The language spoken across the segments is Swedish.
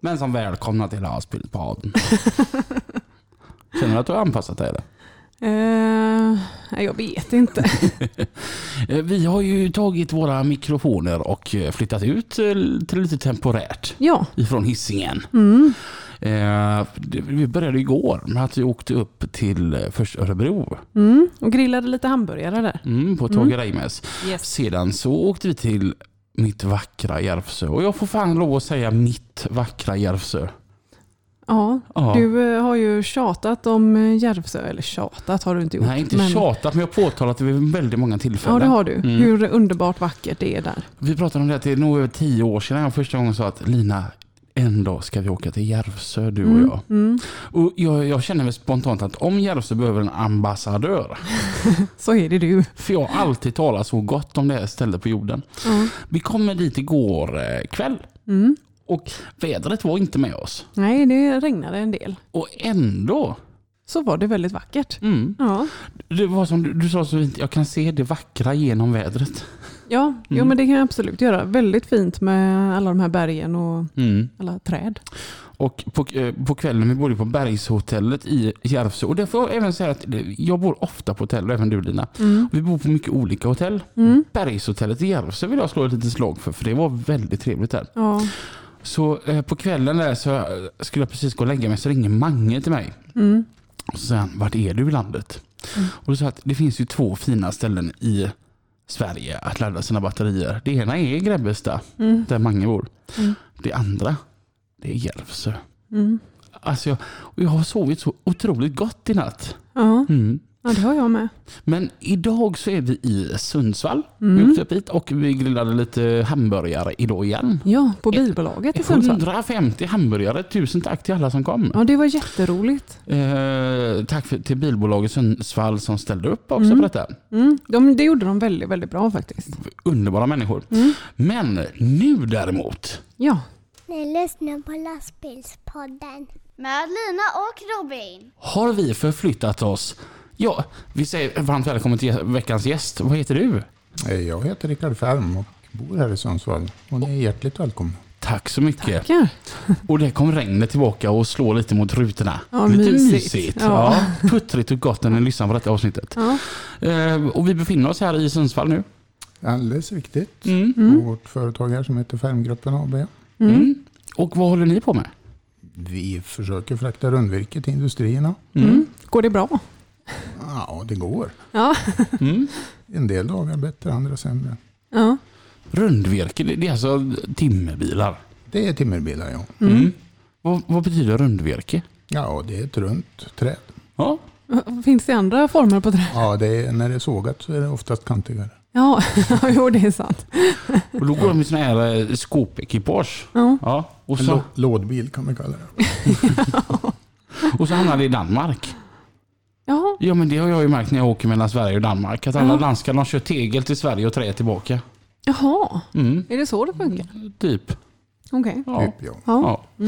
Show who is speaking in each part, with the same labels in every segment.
Speaker 1: Men som välkomna till Lastbilspodden. Känner du att du har anpassat dig eller?
Speaker 2: Eh, nej, jag vet inte.
Speaker 1: Eh, Vi har ju tagit våra mikrofoner och eh, flyttat ut eh, till lite temporärt
Speaker 2: ja.
Speaker 1: ifrån hissingen. Eh,
Speaker 2: Mm.
Speaker 1: Vi började igår med att vi åkte upp till eh, först Örebro
Speaker 2: Mm. Och grillade lite hamburgare där.
Speaker 1: mm, på Tage Reimes.
Speaker 2: Yes.
Speaker 1: Sedan så åkte vi till mitt vackra Järvsö och jag får fan lov att säga mitt vackra Järvsö.
Speaker 2: Ja,
Speaker 1: Ja.
Speaker 2: du eh, har ju tjatat om eh, Järvsö. Eller tjatat har du inte gjort.
Speaker 1: Nej, inte
Speaker 2: men-
Speaker 1: tjatat, men jag har påtalat det vid väldigt många
Speaker 2: Ja,
Speaker 1: tillfällen.
Speaker 2: det har du.
Speaker 1: Mm.
Speaker 2: Hur underbart vackert det är där.
Speaker 1: Vi pratade om det, att det är nog över tio år sedan jag första gången sa att Lina, en dag ska vi åka till Järvsö, du och jag.
Speaker 2: Mm.
Speaker 1: Och jag, jag känner mig spontant att om Järvsö behöver en ambassadör,
Speaker 2: Så är det du.
Speaker 1: för jag har alltid talat så gott om det här stället på jorden.
Speaker 2: Ja.
Speaker 1: Vi kommer dit igår eh, kväll
Speaker 2: Mm.
Speaker 1: och vädret var inte med oss.
Speaker 2: Nej, det regnade en del.
Speaker 1: Och ändå,
Speaker 2: Så var det väldigt vackert.
Speaker 1: mm,
Speaker 2: Ja,
Speaker 1: det var som du, du sa så fint, jag kan se det vackra genom vädret.
Speaker 2: ja jo,
Speaker 1: Mm.
Speaker 2: men det kan jag absolut göra. Väldigt fint med alla de här bergen och
Speaker 1: Mm.
Speaker 2: alla träd.
Speaker 1: Och på, eh, på kvällen, vi bodde på Bergshotellet i Järvsö. Och där får jag även säga att jag bor ofta på hotell, och även du Lina.
Speaker 2: Mm.
Speaker 1: Vi bor på mycket olika hotell.
Speaker 2: Mm.
Speaker 1: Bergshotellet i Järvsö vill jag slå ett litet slag för, för det var väldigt trevligt där.
Speaker 2: Ja.
Speaker 1: Så eh, på kvällen där så eh, skulle jag precis gå och lägga mig, så ringer Mange till mig.
Speaker 2: Mm.
Speaker 1: Och så säger han, vart är du i landet?
Speaker 2: Mm.
Speaker 1: Och då sa jag att det finns ju två fina ställen i Sverige att ladda sina batterier. Det ena är Grebbestad,
Speaker 2: Mm.
Speaker 1: där Mange bor.
Speaker 2: Mm.
Speaker 1: Det andra, det är Järvsö.
Speaker 2: Mm.
Speaker 1: Alltså jag, och jag har sovit så otroligt gott i natt.
Speaker 2: Ja. ja, det har jag med.
Speaker 1: Men idag så är vi i Sundsvall. Vi
Speaker 2: Mm.
Speaker 1: åkte upp hit och vi grillade lite hamburgare idag igen.
Speaker 2: Ja, på bilbolaget i Sundsvall.
Speaker 1: 150 hamburgare. Tusen tack till alla som kom.
Speaker 2: Ja, det var jätteroligt.
Speaker 1: Eh, tack för, till bilbolaget Sundsvall som ställde upp också
Speaker 2: Mm.
Speaker 1: på detta.
Speaker 2: Mm. De, det gjorde de väldigt, väldigt bra faktiskt.
Speaker 1: Underbara människor.
Speaker 2: Mm.
Speaker 1: Men nu däremot.
Speaker 2: Ja,
Speaker 3: Ni lyssnar på Lastbilspodden.
Speaker 4: Med Lina och Robin.
Speaker 1: har vi förflyttat oss. Ja, vi säger varmt välkommen till veckans gäst. Vad heter du?
Speaker 5: Hej, Eh, Jag heter Rickard Färm och bor här i Sundsvall. Och ni är hjärtligt välkomna.
Speaker 1: Tack så mycket.
Speaker 2: tackar.
Speaker 1: Och där kom regnet tillbaka och slår lite mot rutorna.
Speaker 2: Ja,
Speaker 1: lite
Speaker 2: mysigt. Ja.
Speaker 1: Ja. puttrigt och gott när ni lyssnar på detta avsnittet.
Speaker 2: Ja.
Speaker 1: Eh, och vi befinner oss här i Sundsvall nu.
Speaker 5: Alldeles riktigt.
Speaker 1: Mm.
Speaker 5: Och Vårt företag här som heter Färmgruppen AB.
Speaker 1: Mm. Och vad håller ni på med?
Speaker 5: Vi försöker frakta rundvirke till industrierna.
Speaker 2: Mm. Går det bra?
Speaker 5: Ja, det går.
Speaker 2: Ja.
Speaker 1: Mm.
Speaker 5: En del dagar bättre, andra sämre.
Speaker 2: ja.
Speaker 1: Rundvirke, det det är alltså timmerbilar.
Speaker 5: Det är timmerbilar, ja.
Speaker 1: Mm. Vad, vad betyder rundvirke?
Speaker 5: Ja, det är ett runt träd.
Speaker 1: Ja.
Speaker 2: Finns det andra former på träd?
Speaker 5: Ja, det är, när det är sågat så är det oftast kantigare.
Speaker 2: Ja, jo det är sant.
Speaker 1: Och då går de i sådana här eh, skopekipage.
Speaker 2: Ja.
Speaker 1: Ja. Och,
Speaker 5: En
Speaker 1: så,
Speaker 5: lå- lådbil kan vi kalla det.
Speaker 1: och så hamnar det i Danmark.
Speaker 2: Ja,
Speaker 1: Ja men det har jag ju märkt när jag åker mellan Sverige och Danmark. Att alla
Speaker 2: Ja.
Speaker 1: danskar de kör tegel till Sverige och trä tillbaka.
Speaker 2: Jaha,
Speaker 1: Mm.
Speaker 2: är det så det funkar?
Speaker 1: Typ.
Speaker 2: Okej.
Speaker 1: Ja.
Speaker 5: Typ, ja.
Speaker 2: Ja.
Speaker 1: Ja.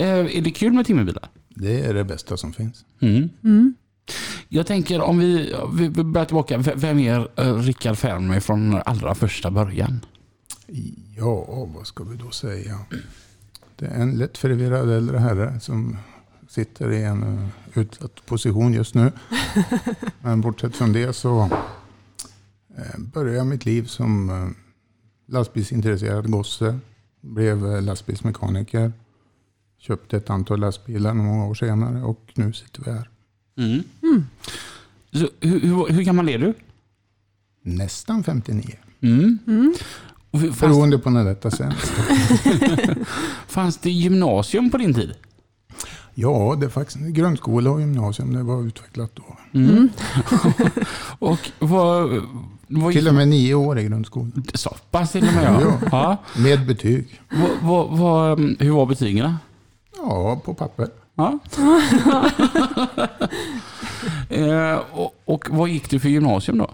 Speaker 1: Eh, är det kul med timmerbilar?
Speaker 5: Det är det bästa som finns.
Speaker 2: Mm.
Speaker 1: Jag tänker om vi, vi vi börjar tillbaka. V- Vem är eh, Rickard Färm från allra första början?
Speaker 5: Ja, vad ska vi då säga? Det är en lätt förvirrad äldre herre som sitter i en eh, utsatt position just nu. Men bortsett från det så eh, började jag mitt liv som eh, lastbilsintresserad gosse. Blev eh, lastbilsmekaniker. Köpte ett antal lastbilar några år senare och nu sitter vi här.
Speaker 1: Mm. Så, hur, hur, hur gammal är du?
Speaker 5: Nästan 59.
Speaker 1: Mm. Och hur- Fanns,
Speaker 5: Beroende på när detta sänds.
Speaker 1: fanns det gymnasium på din tid?
Speaker 5: Ja, det är faktiskt grundskola och gymnasium. Det var utvecklat då.
Speaker 1: Mm. och vad... vad
Speaker 5: Till och med nio år i grundskolan.
Speaker 1: Så pass till och med ja.
Speaker 5: Ja.
Speaker 1: ja.
Speaker 5: Med betyg.
Speaker 1: Vad- vad- vad- hur var betygen?
Speaker 5: Ja, på papper.
Speaker 1: Ja. eh, och, och vad gick du för gymnasium då?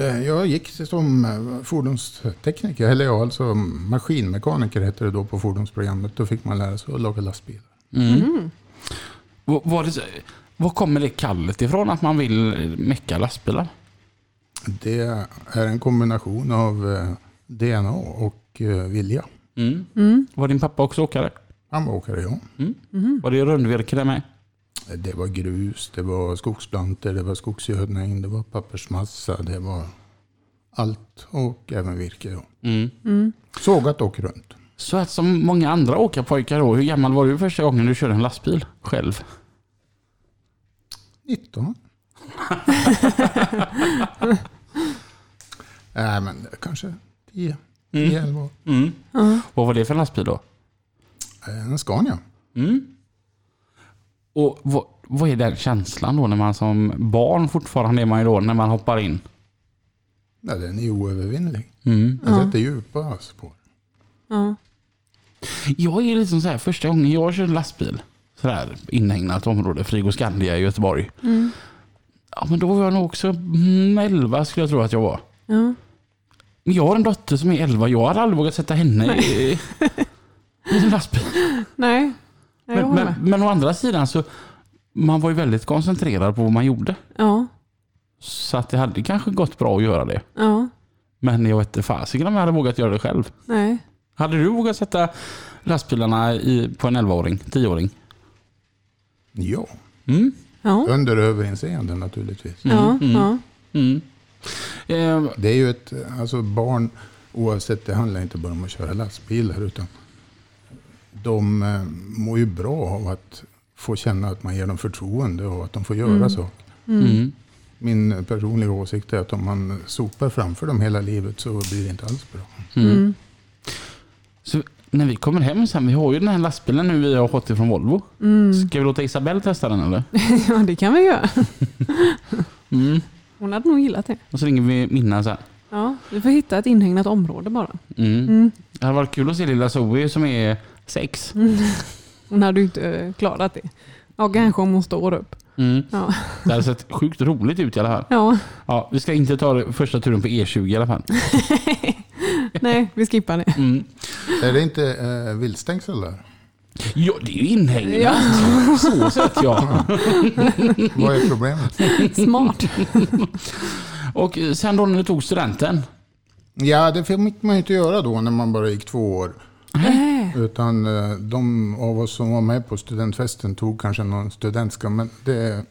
Speaker 5: Eh, Jag gick som eh, fordonstekniker, eller ja, alltså maskinmekaniker hette det då på fordonsprogrammet. Då fick man lära sig att laga lastbilar.
Speaker 1: Vad- Var, det, så- var kommer det kallet ifrån att man vill mecka lastbilar?
Speaker 5: Det är en kombination av eh, DNA och eh, vilja.
Speaker 1: Mm.
Speaker 2: Mm.
Speaker 1: Var din pappa också åkare?
Speaker 5: Han var åkare, ja.
Speaker 2: Mhm.
Speaker 1: Var det rundvirke där med?
Speaker 5: Det var grus, det var skogsplanter, det var skogsgödning, det var pappersmassa, det var allt och även virke. Ja.
Speaker 1: Mm.
Speaker 2: Mm.
Speaker 5: Sågat och runt.
Speaker 1: Så att som många andra åkarpojkar då, hur gammal var du första gången du körde en lastbil själv?
Speaker 5: 19. Nej, men kanske 10, 10 11 år.
Speaker 1: Mm.
Speaker 2: Ja.
Speaker 1: Vad var det för en lastbil då?
Speaker 5: Eh, En Scania.
Speaker 1: Mm. Och vad, vad är den känslan då när man som barn fortfarande är man ju då när man hoppar in?
Speaker 5: Ja, den är oövervinnelig.
Speaker 1: Mm.
Speaker 5: Den sätter djupa spår.
Speaker 2: Ja.
Speaker 1: Jag är liksom så här, första gången jag körde lastbil, sådär inhägnat område, Frigoscandia i Göteborg.
Speaker 2: Mm.
Speaker 1: Ja, men då var jag nog också mm, 11 skulle jag tro att jag var.
Speaker 2: Ja.
Speaker 1: Men jag har en dotter som är 11, jag hade aldrig vågat sätta henne i, i en lastbil.
Speaker 2: Nej. Nej, jag
Speaker 1: Men,
Speaker 2: håller
Speaker 1: men,
Speaker 2: med.
Speaker 1: men å andra sidan så, man var ju väldigt koncentrerad på vad man gjorde.
Speaker 2: Ja.
Speaker 1: Så att det hade kanske gått bra att göra det.
Speaker 2: Ja.
Speaker 1: Men jag vet inte fasiken om jag hade vågat göra det själv.
Speaker 2: Nej.
Speaker 1: Hade du vågat sätta lastbilarna i, på en 11-åring, 10-åring?
Speaker 5: Ja,
Speaker 1: Mm.
Speaker 2: Ja.
Speaker 5: under överinseende naturligtvis.
Speaker 2: Ja. Ja.
Speaker 1: Mm. Eh,
Speaker 5: Det är ju ett, alltså barn, oavsett, det handlar inte bara om att köra lastbilar utan de eh, mår ju bra av att få känna att man ger dem förtroende och att de får göra så.
Speaker 1: mm.
Speaker 5: Min personliga åsikt är att om man sopar framför dem hela livet så blir det inte alls bra.
Speaker 2: Mm.
Speaker 1: Så när vi kommer hem sen, vi har ju den här lastbilen nu vi har fått ifrån Volvo.
Speaker 2: Mm.
Speaker 1: Ska vi låta Isabelle testa den eller?
Speaker 2: ja, det kan vi göra.
Speaker 1: Mm.
Speaker 2: Hon hade nog gillat det.
Speaker 1: Och så ringer vi Minna sen.
Speaker 2: Ja, vi får hitta ett inhägnat område bara.
Speaker 1: Mm.
Speaker 2: Mm.
Speaker 1: Det hade varit kul att se lilla Zoe som är sex.
Speaker 2: Hon hade ju inte eh, klarat det. Ja, kanske om hon står upp.
Speaker 1: Mm.
Speaker 2: Ja.
Speaker 1: Det hade sett sjukt roligt ut i alla fall.
Speaker 2: Ja,
Speaker 1: Ja, vi ska inte ta det- första turen på E20 i alla fall.
Speaker 2: nej, vi skippar det.
Speaker 1: Mm.
Speaker 5: Är det inte eh, viltstängsel där?
Speaker 1: Ja, det är ju inhägnat.
Speaker 2: Ja.
Speaker 1: Så sett ja.
Speaker 5: Vad är problemet?
Speaker 2: Smart.
Speaker 1: Och eh, sen då när du tog studenten.
Speaker 5: Ja, det fick man ju inte göra då när man bara gick två år. Utan eh, de av oss som var med på studentfesten tog kanske någon studentska, men det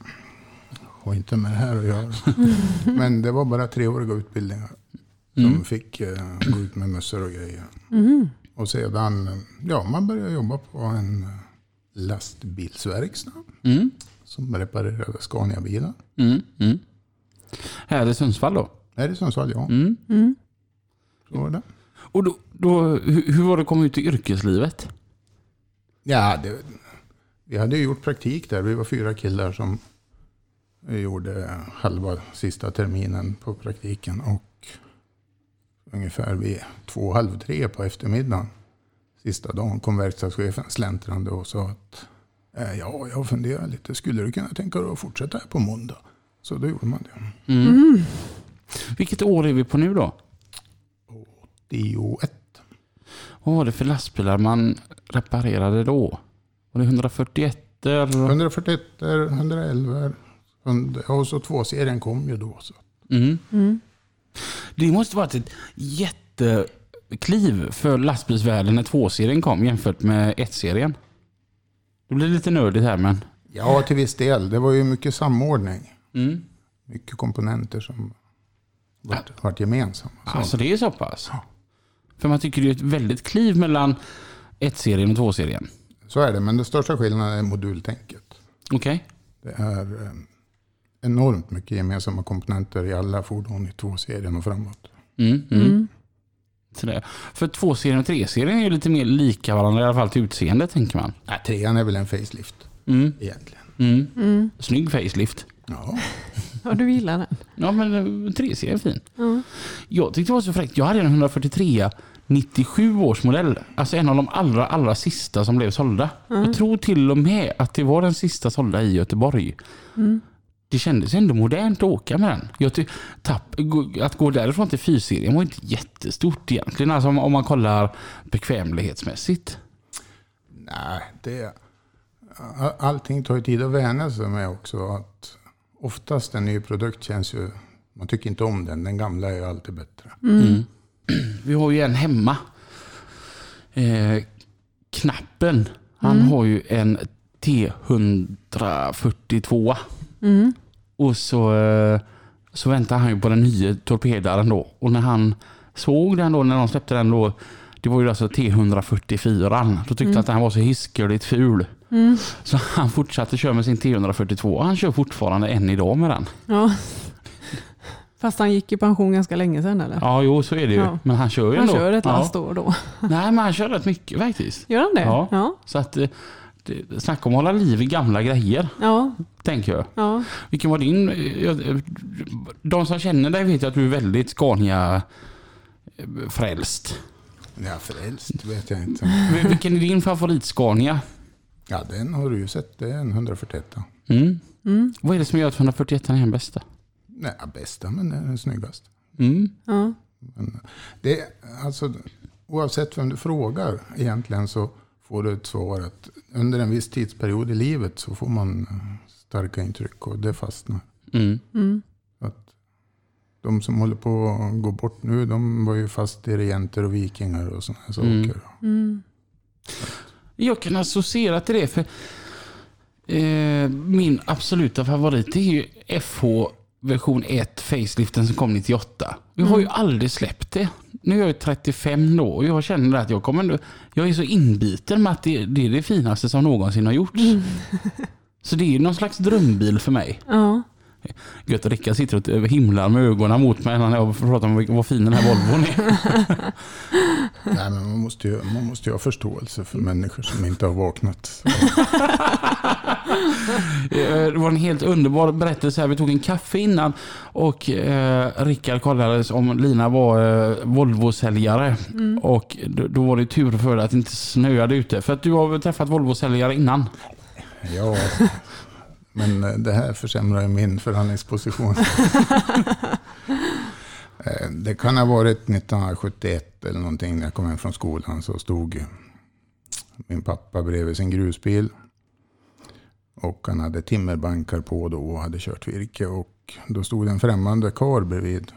Speaker 5: har inte med det här att göra. Men det var bara treåriga utbildningar som fick eh, gå ut med mössor och grejer. Och sedan, eh, ja, man började jobba på en eh, lastbilsverkstad
Speaker 1: Mm.
Speaker 5: som reparerade Scania-bilar.
Speaker 1: Mm. Mm. Här i Sundsvall då.
Speaker 5: Är det Sundsvall? Ja,
Speaker 1: Mm.
Speaker 2: Mm.
Speaker 5: så var det.
Speaker 1: Och då, då, hur, hur var det att komma ut i yrkeslivet?
Speaker 5: Ja, det, vi hade ju gjort praktik där. Vi var fyra killar som gjorde halva sista terminen på praktiken. Och ungefär vid två, halv tre på eftermiddagen sista dagen kom verkstadschefen släntrande och sa att eh, ja, jag funderar lite. Skulle du kunna tänka dig att fortsätta här på måndag? Så då gjorde man det.
Speaker 1: Mm.
Speaker 2: Mm.
Speaker 1: Vilket år är vi på nu då?
Speaker 5: Dio 1.
Speaker 1: Vad var det för lastbilar man reparerade då? Var det 141 er
Speaker 5: 141, 111 100, och så tvåserien kom ju då. Så.
Speaker 1: mm. Det måste varit ett jättekliv för lastbilsvärlden när 2-serien kom jämfört med 1-serien. Det blir lite nördigt här men.
Speaker 5: Ja, till viss del. Det var ju mycket samordning.
Speaker 1: Mm.
Speaker 5: mycket komponenter som vart, vart gemensamma. Så.
Speaker 1: Alltså det är så pass?
Speaker 5: Ja.
Speaker 1: För man tycker det är ett väldigt kliv mellan 1-serien och 2-serien.
Speaker 5: så är det, men den största skillnaden är modultänket.
Speaker 1: Okej.
Speaker 5: Det är eh, enormt mycket gemensamma komponenter i alla fordon i två serien och framåt.
Speaker 1: Mm, mm. Sådär. För 2-serien och 3-serien är ju lite mer lika varandra i alla fall till utseende tänker man.
Speaker 5: Ja, trean är väl en facelift.
Speaker 1: Mm,
Speaker 5: egentligen.
Speaker 1: mm.
Speaker 2: Mm.
Speaker 1: Snygg facelift.
Speaker 5: Ja,
Speaker 2: Ja, du gillar den.
Speaker 1: Ja men eh, 3C är fin.
Speaker 2: Ja.
Speaker 1: Jag tyckte det var så fräckt. Jag hade en 143 97 års modell. Alltså en av de allra, allra sista som blev sålda. Jag tror till och med att det var den sista sålda i Göteborg. Det kändes ändå modernt att åka med den. Jag ty- tapp, gå- att gå därifrån till fyrserien var inte jättestort egentligen. Alltså om, om man kollar bekvämlighetsmässigt.
Speaker 5: nej, det... a- Allting tar ju tid att vänja sig med också. Att oftast en ny produkt känns ju... Man tycker inte om den, den gamla är ju alltid bättre.
Speaker 1: Vi har ju en hemma. Eh, knappen. Han
Speaker 2: Mm.
Speaker 1: har ju en T142.
Speaker 2: Mm.
Speaker 1: Och så, eh, så väntar han ju på den nya torpedaren då. Och när han såg den då, när de släppte den då. Det var ju alltså T144. Då tyckte
Speaker 2: Mm.
Speaker 1: han att den var så hiskeligt ful. Så han fortsatte köra med sin T142. Han kör fortfarande än idag med den.
Speaker 2: ja. Fast han gick i pension ganska länge sedan eller?
Speaker 1: Ja, jo så är det ju.
Speaker 2: Ja.
Speaker 1: Men han kör ju
Speaker 2: Han
Speaker 1: ändå.
Speaker 2: kör ett last
Speaker 1: ja.
Speaker 2: år då.
Speaker 1: Nej, men han kör rätt mycket faktiskt.
Speaker 2: Gör han det?
Speaker 1: Ja.
Speaker 2: Ja.
Speaker 1: Så att, eh, det- snacka om att hålla liv i gamla grejer,
Speaker 2: Ja.
Speaker 1: tänker jag.
Speaker 2: ja.
Speaker 1: Vilken var din... eh, jag- De som känner dig vet ju att du är väldigt eh, Scania-frälst.
Speaker 5: Ja, frälst vet jag inte.
Speaker 1: Vil- Vilken är din favorit Scania?
Speaker 5: Ja, den har du ju sett. Det är en 141.
Speaker 1: Mm. Vad är det som gör att 141 är den bästa?
Speaker 5: Nej, ja, bästa, men den är snyggast. eh,
Speaker 1: Mm.
Speaker 2: ja.
Speaker 5: Det är, alltså, oavsett vem du frågar egentligen så får du ett svar att under en viss tidsperiod i livet så får man eh, starka intryck och det fastnar.
Speaker 1: Mm.
Speaker 2: Mm.
Speaker 5: Att de som håller på att gå bort nu, de var ju fast i regenter och vikingar och sådana
Speaker 1: Mm.
Speaker 5: saker.
Speaker 2: Mm.
Speaker 1: Jag kan associera till det för eh, min absoluta favorit är ju FH version 1, faceliften som kom 98. Jag har ju aldrig släppt det. Nu är jag ju 35 då och jag känner att jag kommer ändå, Jag är så inbiten med att det, det är det finaste som någonsin har gjorts. Så det är ju någon slags drömbil för mig.
Speaker 2: Ja.
Speaker 1: Gött, Rickard sitter och över himlar med ögonen mot mig när jag pratar om vilken- vad fin den här Volvon är.
Speaker 5: Nej, men man, måste ju, man måste ju ha förståelse för människor som inte har vaknat.
Speaker 1: Eh, Det var en helt underbar berättelse. här. Vi tog en kaffe innan och eh, Rickard kollade om Lina var eh, Volvo-säljare.
Speaker 2: Mm.
Speaker 1: Och då, då var det tur för dig att det inte snöade ute. För att du har väl träffat Volvo-säljare innan?
Speaker 5: Ja, men eh, det här försämrar ju min förhandlingsposition. Eh, Det kan ha varit 1971 eller någonting när jag kom hem från skolan så stod min pappa bredvid sin grusbil. Och han hade timmerbankar på då och hade kört virke. Och då stod det en främmande karl bredvid.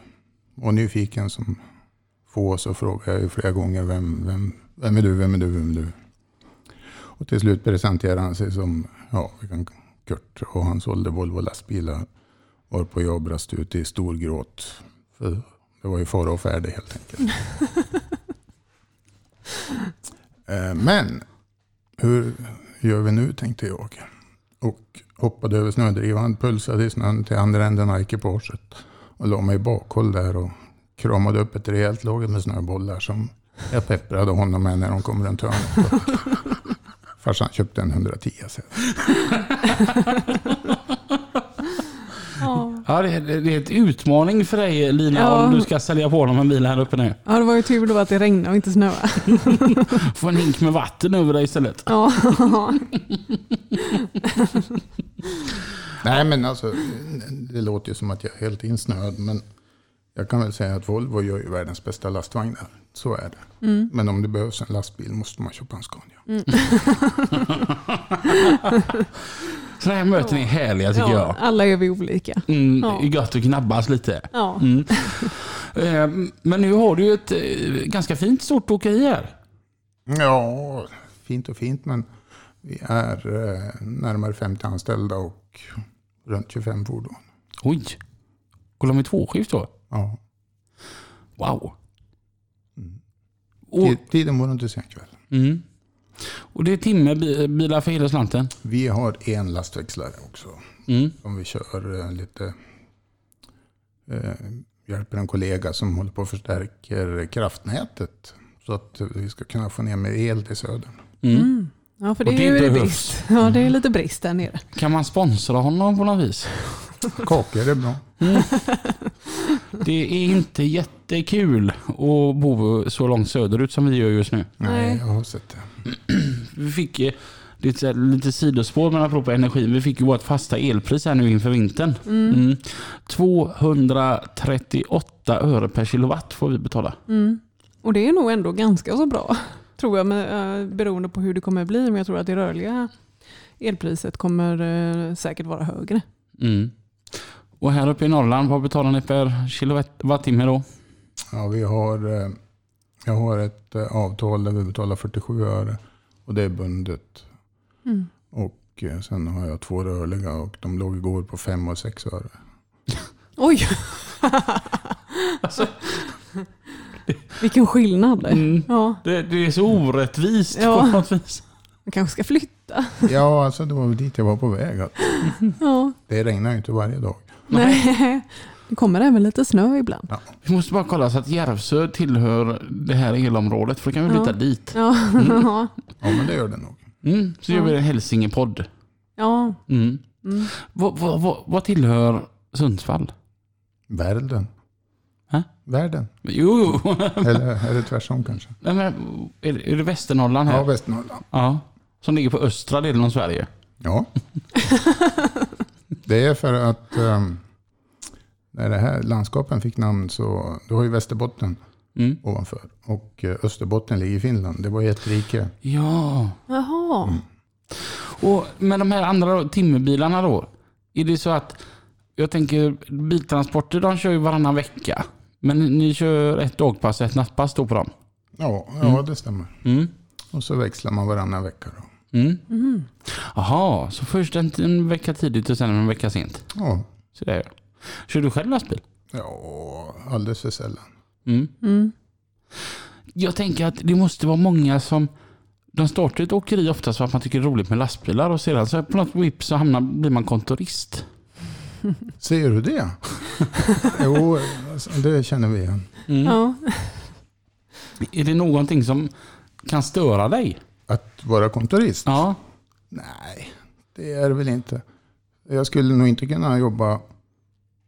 Speaker 5: Och nyfiken som få så frågade jag ju flera gånger vem, vem, vem är du, vem är du, vem är du? Och till slut presenterade han sig som ja, vi kan Kurt och han sålde Volvo lastbilar. Varpå jag brast ut i stor gråt. För det var ju fara och färde helt enkelt. Eh, Men hur gör vi nu tänkte jag. Och hoppade över snödrivan, pulsade i snön till andra änden av ekipaget. Och la mig i bakhåll där och kramade upp ett rejält lager med snöbollar som jag pepprade honom med när de kom runt hörnet. Farsan köpte en 110 sen.
Speaker 2: Ja.
Speaker 1: Ja, det, det det är ett utmaning för dig Lina
Speaker 2: Ja.
Speaker 1: om du ska sälja på dem en bil här uppe nu.
Speaker 2: ja, det var ju tur då att det regnade och inte snöade.
Speaker 1: Få en hink med vatten över dig istället.
Speaker 2: Ja.
Speaker 5: Nej men alltså, det låter ju som att jag är helt insnöad. Men jag kan väl säga att Volvo gör ju världens bästa lastvagnar. Så är det. Men om det behövs en lastbil måste man köpa en Scania.
Speaker 1: Sådana här möten är härliga tycker
Speaker 2: Ja,
Speaker 1: jag.
Speaker 2: alla är vi olika.
Speaker 1: Mm,
Speaker 2: Ja.
Speaker 1: det är Gött att knabbas lite.
Speaker 2: Ja.
Speaker 1: Mm. Eh, Men nu har du ju ett eh, ganska fint stort åkeri här.
Speaker 5: Ja, fint och fint men vi är eh, närmare 50 anställda och runt 25 fordon.
Speaker 1: Oj! Går de i tvåskift då?
Speaker 5: Ja.
Speaker 1: Wow!
Speaker 5: Mm.
Speaker 1: Och,
Speaker 5: Tid- Tiden morgon till sen kväll.
Speaker 1: mm. och det är timme bi- bilar för hela slanten?
Speaker 5: Vi har en lastväxlare också.
Speaker 1: Mm.
Speaker 5: om vi kör eh, lite eh, hjälper en kollega som håller på och förstärker kraftnätet så att vi ska kunna få ner mer el till södern.
Speaker 1: Mm.
Speaker 2: Mm. Ja, för
Speaker 1: Och
Speaker 2: det,
Speaker 1: det
Speaker 2: är ju
Speaker 1: behövs.
Speaker 2: brist. Ja,
Speaker 1: Mm.
Speaker 2: det är lite brist där nere.
Speaker 1: Kan man sponsra honom på något vis?
Speaker 5: Kakor är bra.
Speaker 1: Det är inte jättekul att bo så långt söderut som vi gör just nu.
Speaker 2: Nej.
Speaker 5: Nej, jag har sett det.
Speaker 1: Vi fick eh, lite, så här- lite sidospår men apropå energi. Vi fick ju vårt fasta elpris här nu inför vintern. Mm. 238 öre per kilowatt får vi betala.
Speaker 2: mm. Och det är nog ändå ganska så bra, tror jag, med, eh, beroende på hur det kommer bli. Men jag tror att det rörliga elpriset kommer eh, säkert vara högre.
Speaker 1: Mm. Och här uppe i Norrland, vad betalar ni per kilowattimme då?
Speaker 5: Ja, vi har, eh, jag har ett eh, avtal där vi betalar 47 öre och det är bundet.
Speaker 2: Mm.
Speaker 5: Och eh, sen har jag två rörliga och de låg igår på 5 och 6 öre.
Speaker 2: Oj! Vilken skillnad.
Speaker 1: Mm.
Speaker 2: Ja,
Speaker 1: Det, det är så orättvist
Speaker 2: Ja.
Speaker 1: på något vis.
Speaker 2: man kanske ska flytta.
Speaker 5: Ja, alltså det var väl dit jag var på väg. Att
Speaker 2: Ja.
Speaker 5: det regnar ju inte varje dag.
Speaker 2: Nej. Det kommer även lite snö ibland.
Speaker 1: Vi måste bara kolla så att Järvsö tillhör det här elområdet för då kan
Speaker 2: Ja.
Speaker 1: vi flytta dit.
Speaker 2: Ja, ja.
Speaker 5: Ja, men det gör det nog.
Speaker 1: Mm. Så gör vi en Hälsingepodd.
Speaker 2: ja.
Speaker 1: Mm.
Speaker 2: Mm.
Speaker 1: Vad, vad, vad, vad tillhör Sundsvall?
Speaker 5: Världen.
Speaker 1: Hä?
Speaker 5: Världen.
Speaker 1: Jo, jo.
Speaker 5: Eller är det tvärtom kanske?
Speaker 1: Nej, men, är, det- är det Västernorrland här?
Speaker 5: Ja,
Speaker 1: Ja.
Speaker 5: Västernorrland.
Speaker 1: Som ligger på östra delen av Sverige.
Speaker 5: Ja. Det är för att ehm, när det här landskapen fick namn så, du har ju Västerbotten
Speaker 1: Mm.
Speaker 5: ovanför och eh, Österbotten ligger i Finland. Det var ju ett rike.
Speaker 1: Ja.
Speaker 2: Jaha.
Speaker 1: Och med de här andra då, timmerbilarna då. Är det så att, jag tänker biltransporter de kör ju varannan vecka. Men ni, ni kör ett dagpass och ett nattpass då på dem?
Speaker 5: Ja, ja det stämmer.
Speaker 1: Mm.
Speaker 5: Och så växlar man varannan vecka. Då.
Speaker 1: Mm. Jaha, så först en, en vecka tidigt och sen en vecka sent.
Speaker 5: Ja.
Speaker 1: Så det är jag. Kör du själv lastbil?
Speaker 5: ja, alldeles för sällan.
Speaker 1: Mm.
Speaker 2: Mm.
Speaker 1: Jag tänker att det måste vara många som de startar ett åkeri oftast för att man tycker det är roligt med lastbilar och sedan så på något vips så hamnar, blir man kontorist.
Speaker 5: Ser du det? jo, alltså, det känner vi igen.
Speaker 1: Mm.
Speaker 2: Ja.
Speaker 1: Är det någonting som kan störa dig?
Speaker 5: Att vara kontorist?
Speaker 1: Ja.
Speaker 5: Nej, det är det väl inte. Jag skulle nog inte kunna jobba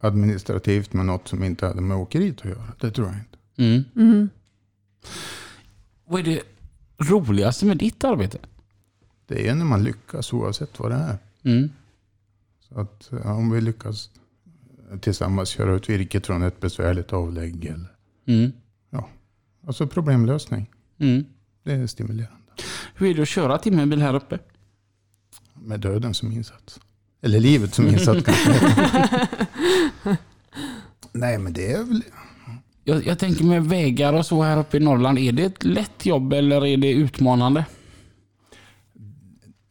Speaker 5: administrativt med något som inte hade med åkeriet att göra. Det tror jag inte.
Speaker 1: Mm.
Speaker 2: Mm.
Speaker 1: Vad är det roligaste med ditt arbete?
Speaker 5: Det är när man lyckas oavsett vad det är.
Speaker 1: Mm.
Speaker 5: Så att ja, om vi lyckas tillsammans köra ut virket från ett besvärligt avlägg. Eller,
Speaker 1: Mm.
Speaker 5: alltså problemlösning.
Speaker 1: Mm.
Speaker 5: Det är stimulerande.
Speaker 1: Hur är det att köra timmerbil här uppe?
Speaker 5: Med döden som insats. Eller livet som insats kanske. Nej men det är väl...
Speaker 1: Jag, jag tänker med vägar och så här uppe i Norrland. Är det ett lätt jobb eller är det utmanande?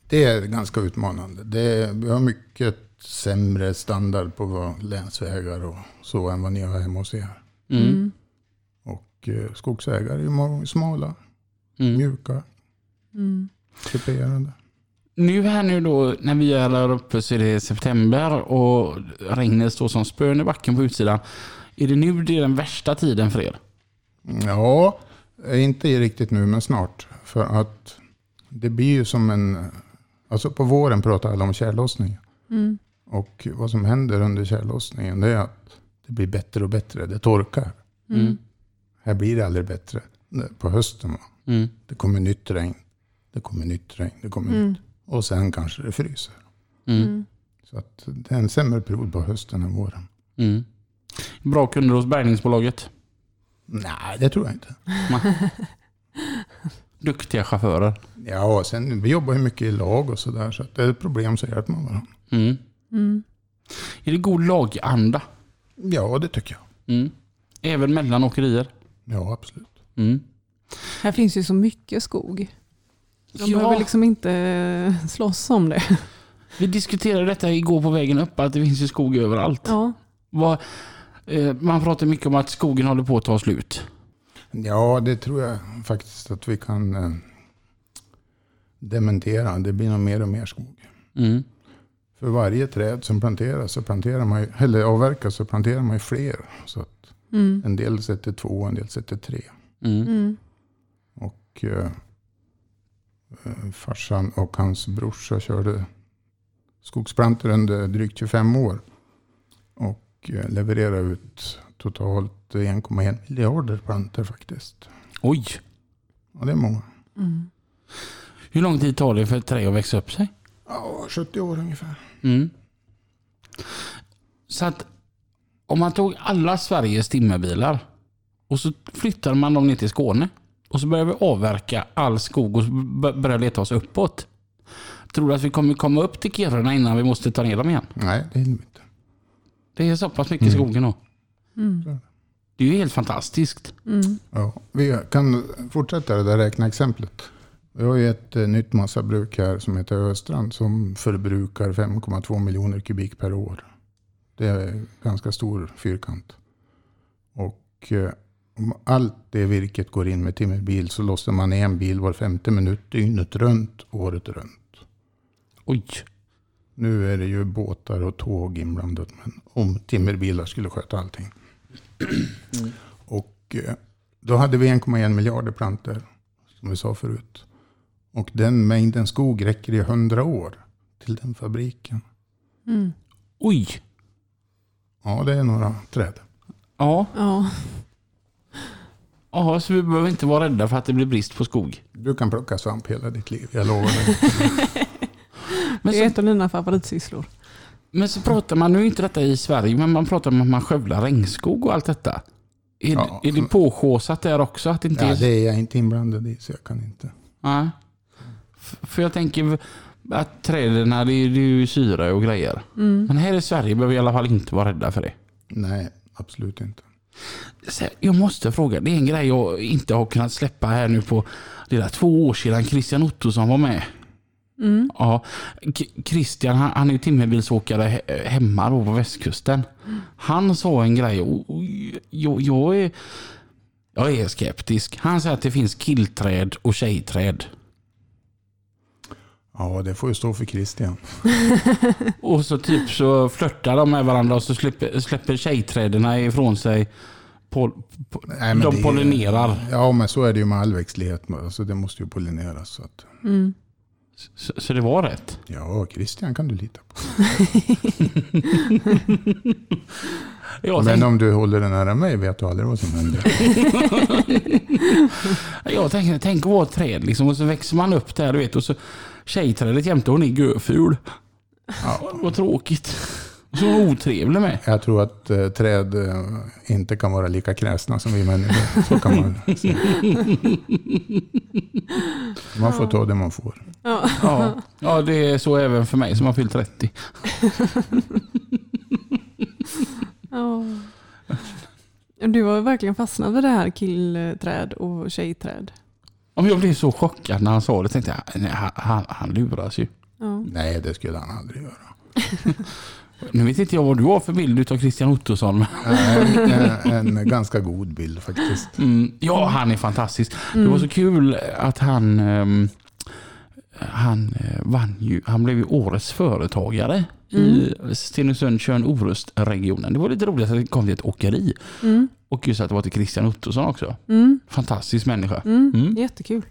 Speaker 5: Det är ganska utmanande. Det är, vi har mycket sämre standard på våra länsvägar och så än vad ni har hemma hos er.
Speaker 1: Mm.
Speaker 2: Mm.
Speaker 5: Och eh, skogsvägar är ju många gånger smala,
Speaker 1: Mm.
Speaker 5: mjuka,
Speaker 2: Mm.
Speaker 5: kuperade.
Speaker 1: Nu här nu då när vi är där uppe så är det september och regnet står som spön i backen på utsidan. Är det nu det är den värsta tiden för er?
Speaker 5: Ja, eh, inte riktigt nu men snart. För att det blir ju som en... Alltså på våren pratar alla om tjällossning.
Speaker 2: Mm.
Speaker 5: Och vad som händer under tjällossningen det är att det blir bättre och bättre. Det torkar.
Speaker 2: Mm.
Speaker 5: Här blir det aldrig bättre. På hösten va?
Speaker 1: Mm.
Speaker 5: Det kommer nytt regn. Det kommer nytt regn. Det kommer
Speaker 2: Mm.
Speaker 5: nytt. Och sen kanske det fryser.
Speaker 1: Mm.
Speaker 2: Mm.
Speaker 5: Så att det är en sämre period på hösten än våren.
Speaker 1: Mm. Bra kunder hos bärgningsbolaget.
Speaker 5: Nej, det tror jag inte.
Speaker 2: Mm.
Speaker 1: Duktiga chaufförer.
Speaker 5: Ja, sen vi jobbar ju mycket i lag och sådär. Så att det är ett problem så hjälper man varandra.
Speaker 1: Mm.
Speaker 2: Mm.
Speaker 1: Är det god laganda?
Speaker 5: Ja, det tycker jag.
Speaker 1: Mm. Även mellan åkerier?
Speaker 5: Ja, absolut.
Speaker 1: Mm.
Speaker 2: Här finns ju så mycket skog. De behöver liksom inte slåss om det.
Speaker 1: Vi diskuterade detta igår på vägen upp, att det finns ju skog överallt.
Speaker 2: Ja.
Speaker 1: Vad, eh, man pratar mycket om att skogen håller på att ta slut.
Speaker 5: Ja, det tror jag faktiskt att vi kan eh, dementera. Det blir nog mer och mer skog.
Speaker 1: Mm.
Speaker 5: För varje träd som planteras så planterar man ju, eller avverkas så planterar man ju fler. Så att
Speaker 2: Mm.
Speaker 5: en del sätter två, en del sätter tre.
Speaker 1: Mm.
Speaker 2: Mm.
Speaker 5: Och eh, eh, farsan och hans brorsa körde skogsplantor under drygt 25 år. Och eh, levererade ut totalt 1,1 miljarder plantor faktiskt.
Speaker 1: Oj!
Speaker 5: Ja, det är många.
Speaker 2: Mm.
Speaker 1: Hur lång tid tar det för ett träd att växa upp sig?
Speaker 5: Ja, 70 år ungefär.
Speaker 1: Mm. Så att om man tog alla Sveriges timmerbilar och så flyttade man dem ner till Skåne och så började vi avverka all skog och så b- började leta oss uppåt. Tror du att vi kommer komma upp till Kiruna innan vi måste ta ner dem igen?
Speaker 5: Nej, det hinner vi inte.
Speaker 1: Det är så pass mycket i skogen då.
Speaker 2: Mm.
Speaker 1: Det är ju helt fantastiskt.
Speaker 2: Mm.
Speaker 5: Ja, vi kan fortsätta det där räkneexemplet. Vi har ju ett eh, nytt massabruk här som heter Östrand som förbrukar 5,2 miljoner kubik per år. Det är en ganska stor fyrkant. Och eh, om allt det virket går in med timmerbil så lossar man en bil var femte minut dygnet runt, året runt.
Speaker 1: Oj.
Speaker 5: Nu är det ju båtar och tåg inblandat. Men om timmerbilar skulle sköta allting. Och eh, då hade vi 1,1 miljarder planter. Som vi sa förut. Och den mängden skog räcker i 100 år. Till den fabriken.
Speaker 2: Mm.
Speaker 1: Oj.
Speaker 5: Ja, det är några träd.
Speaker 1: Ja.
Speaker 2: Ja.
Speaker 1: Jaha, så vi behöver inte vara rädda för att det blir brist på skog.
Speaker 5: Du kan plocka svamp hela ditt liv, jag lovar dig.
Speaker 1: Men
Speaker 2: Det är
Speaker 1: så,
Speaker 2: ett av mina favoritsysslor.
Speaker 1: men så pratar man, nu är inte detta i Sverige, men man pratar om att man skövlar regnskog och allt detta. Är,
Speaker 5: Ja.
Speaker 1: är det påsåsat där också? Att det inte
Speaker 5: Ja,
Speaker 1: är,
Speaker 5: det är jag inte inblandad i, så jag kan inte.
Speaker 1: Nej. F- För jag tänker att träden, det är det är ju syre och grejer. Men här i Sverige behöver vi i alla fall inte vara rädda för det.
Speaker 5: Nej, absolut inte.
Speaker 1: Så Jag måste fråga, det är en grej jag inte har kunnat släppa här nu på det där två år sedan Christian Ottosson var med. Ja, K- Christian han, han är ju timmerbilsåkare he- hemma då på västkusten. Han sa en grej och, och jag, jag, är, jag är skeptisk. Han säger att det finns killträd och tjejträd.
Speaker 5: Ja, det får ju stå för Christian.
Speaker 1: Och så typ så flörtar de med varandra och så släpper, släpper tjejträden ifrån sig. Pol, po-
Speaker 5: Nej, men
Speaker 1: de
Speaker 5: det är-
Speaker 1: pollinerar.
Speaker 5: Ja, men så är det ju med all växtlighet. Alltså, det måste ju pollineras. Så att,
Speaker 2: Mm.
Speaker 1: Så, så det var rätt.
Speaker 5: ja, Christian kan du lita på.
Speaker 1: Jag
Speaker 5: Men
Speaker 1: tänkte,
Speaker 5: om du håller den nära mig vet du aldrig vad som händer.
Speaker 1: jag tänkte, tänk att vara ett träd liksom och så växer man upp där du vet och så tjejträdet jämte hon är görful.
Speaker 5: Ja,
Speaker 1: Vad tråkigt. Och så är hon otrevlig med.
Speaker 5: jag tror att eh, träd eh, inte kan vara lika kräsna som vi människor. Så kan man säga. Man får ta det man får.
Speaker 2: Ja.
Speaker 1: Ja, ja det är så även för mig som har fyllt 30.
Speaker 2: Ja. Du var verkligen fastnat vid det här killträd och tjejträd.
Speaker 1: Om jag blev så chockad när han sa det tänkte jag, nej, han, han, han luras ju.
Speaker 2: Ja.
Speaker 5: Nej, det skulle han aldrig göra.
Speaker 1: Nu vet inte jag vad du har för bild utav Christian Ottosson. men-
Speaker 5: En, eh, en, en ganska god bild faktiskt.
Speaker 1: Mm, ja, han är fantastisk.
Speaker 2: Mm.
Speaker 1: Det var så kul att han, ehm, han, eh, vann ju, han blev ju årets företagare i Stenungsund, Tjörn, Orust-regionen. Det var lite roligt att det kom till ett åkeri.
Speaker 2: Mm.
Speaker 1: Och just att det var till Christian Ottosson också.
Speaker 2: Mm.
Speaker 1: Fantastisk människa.
Speaker 2: Mm.
Speaker 1: Mm.
Speaker 2: Jättekul.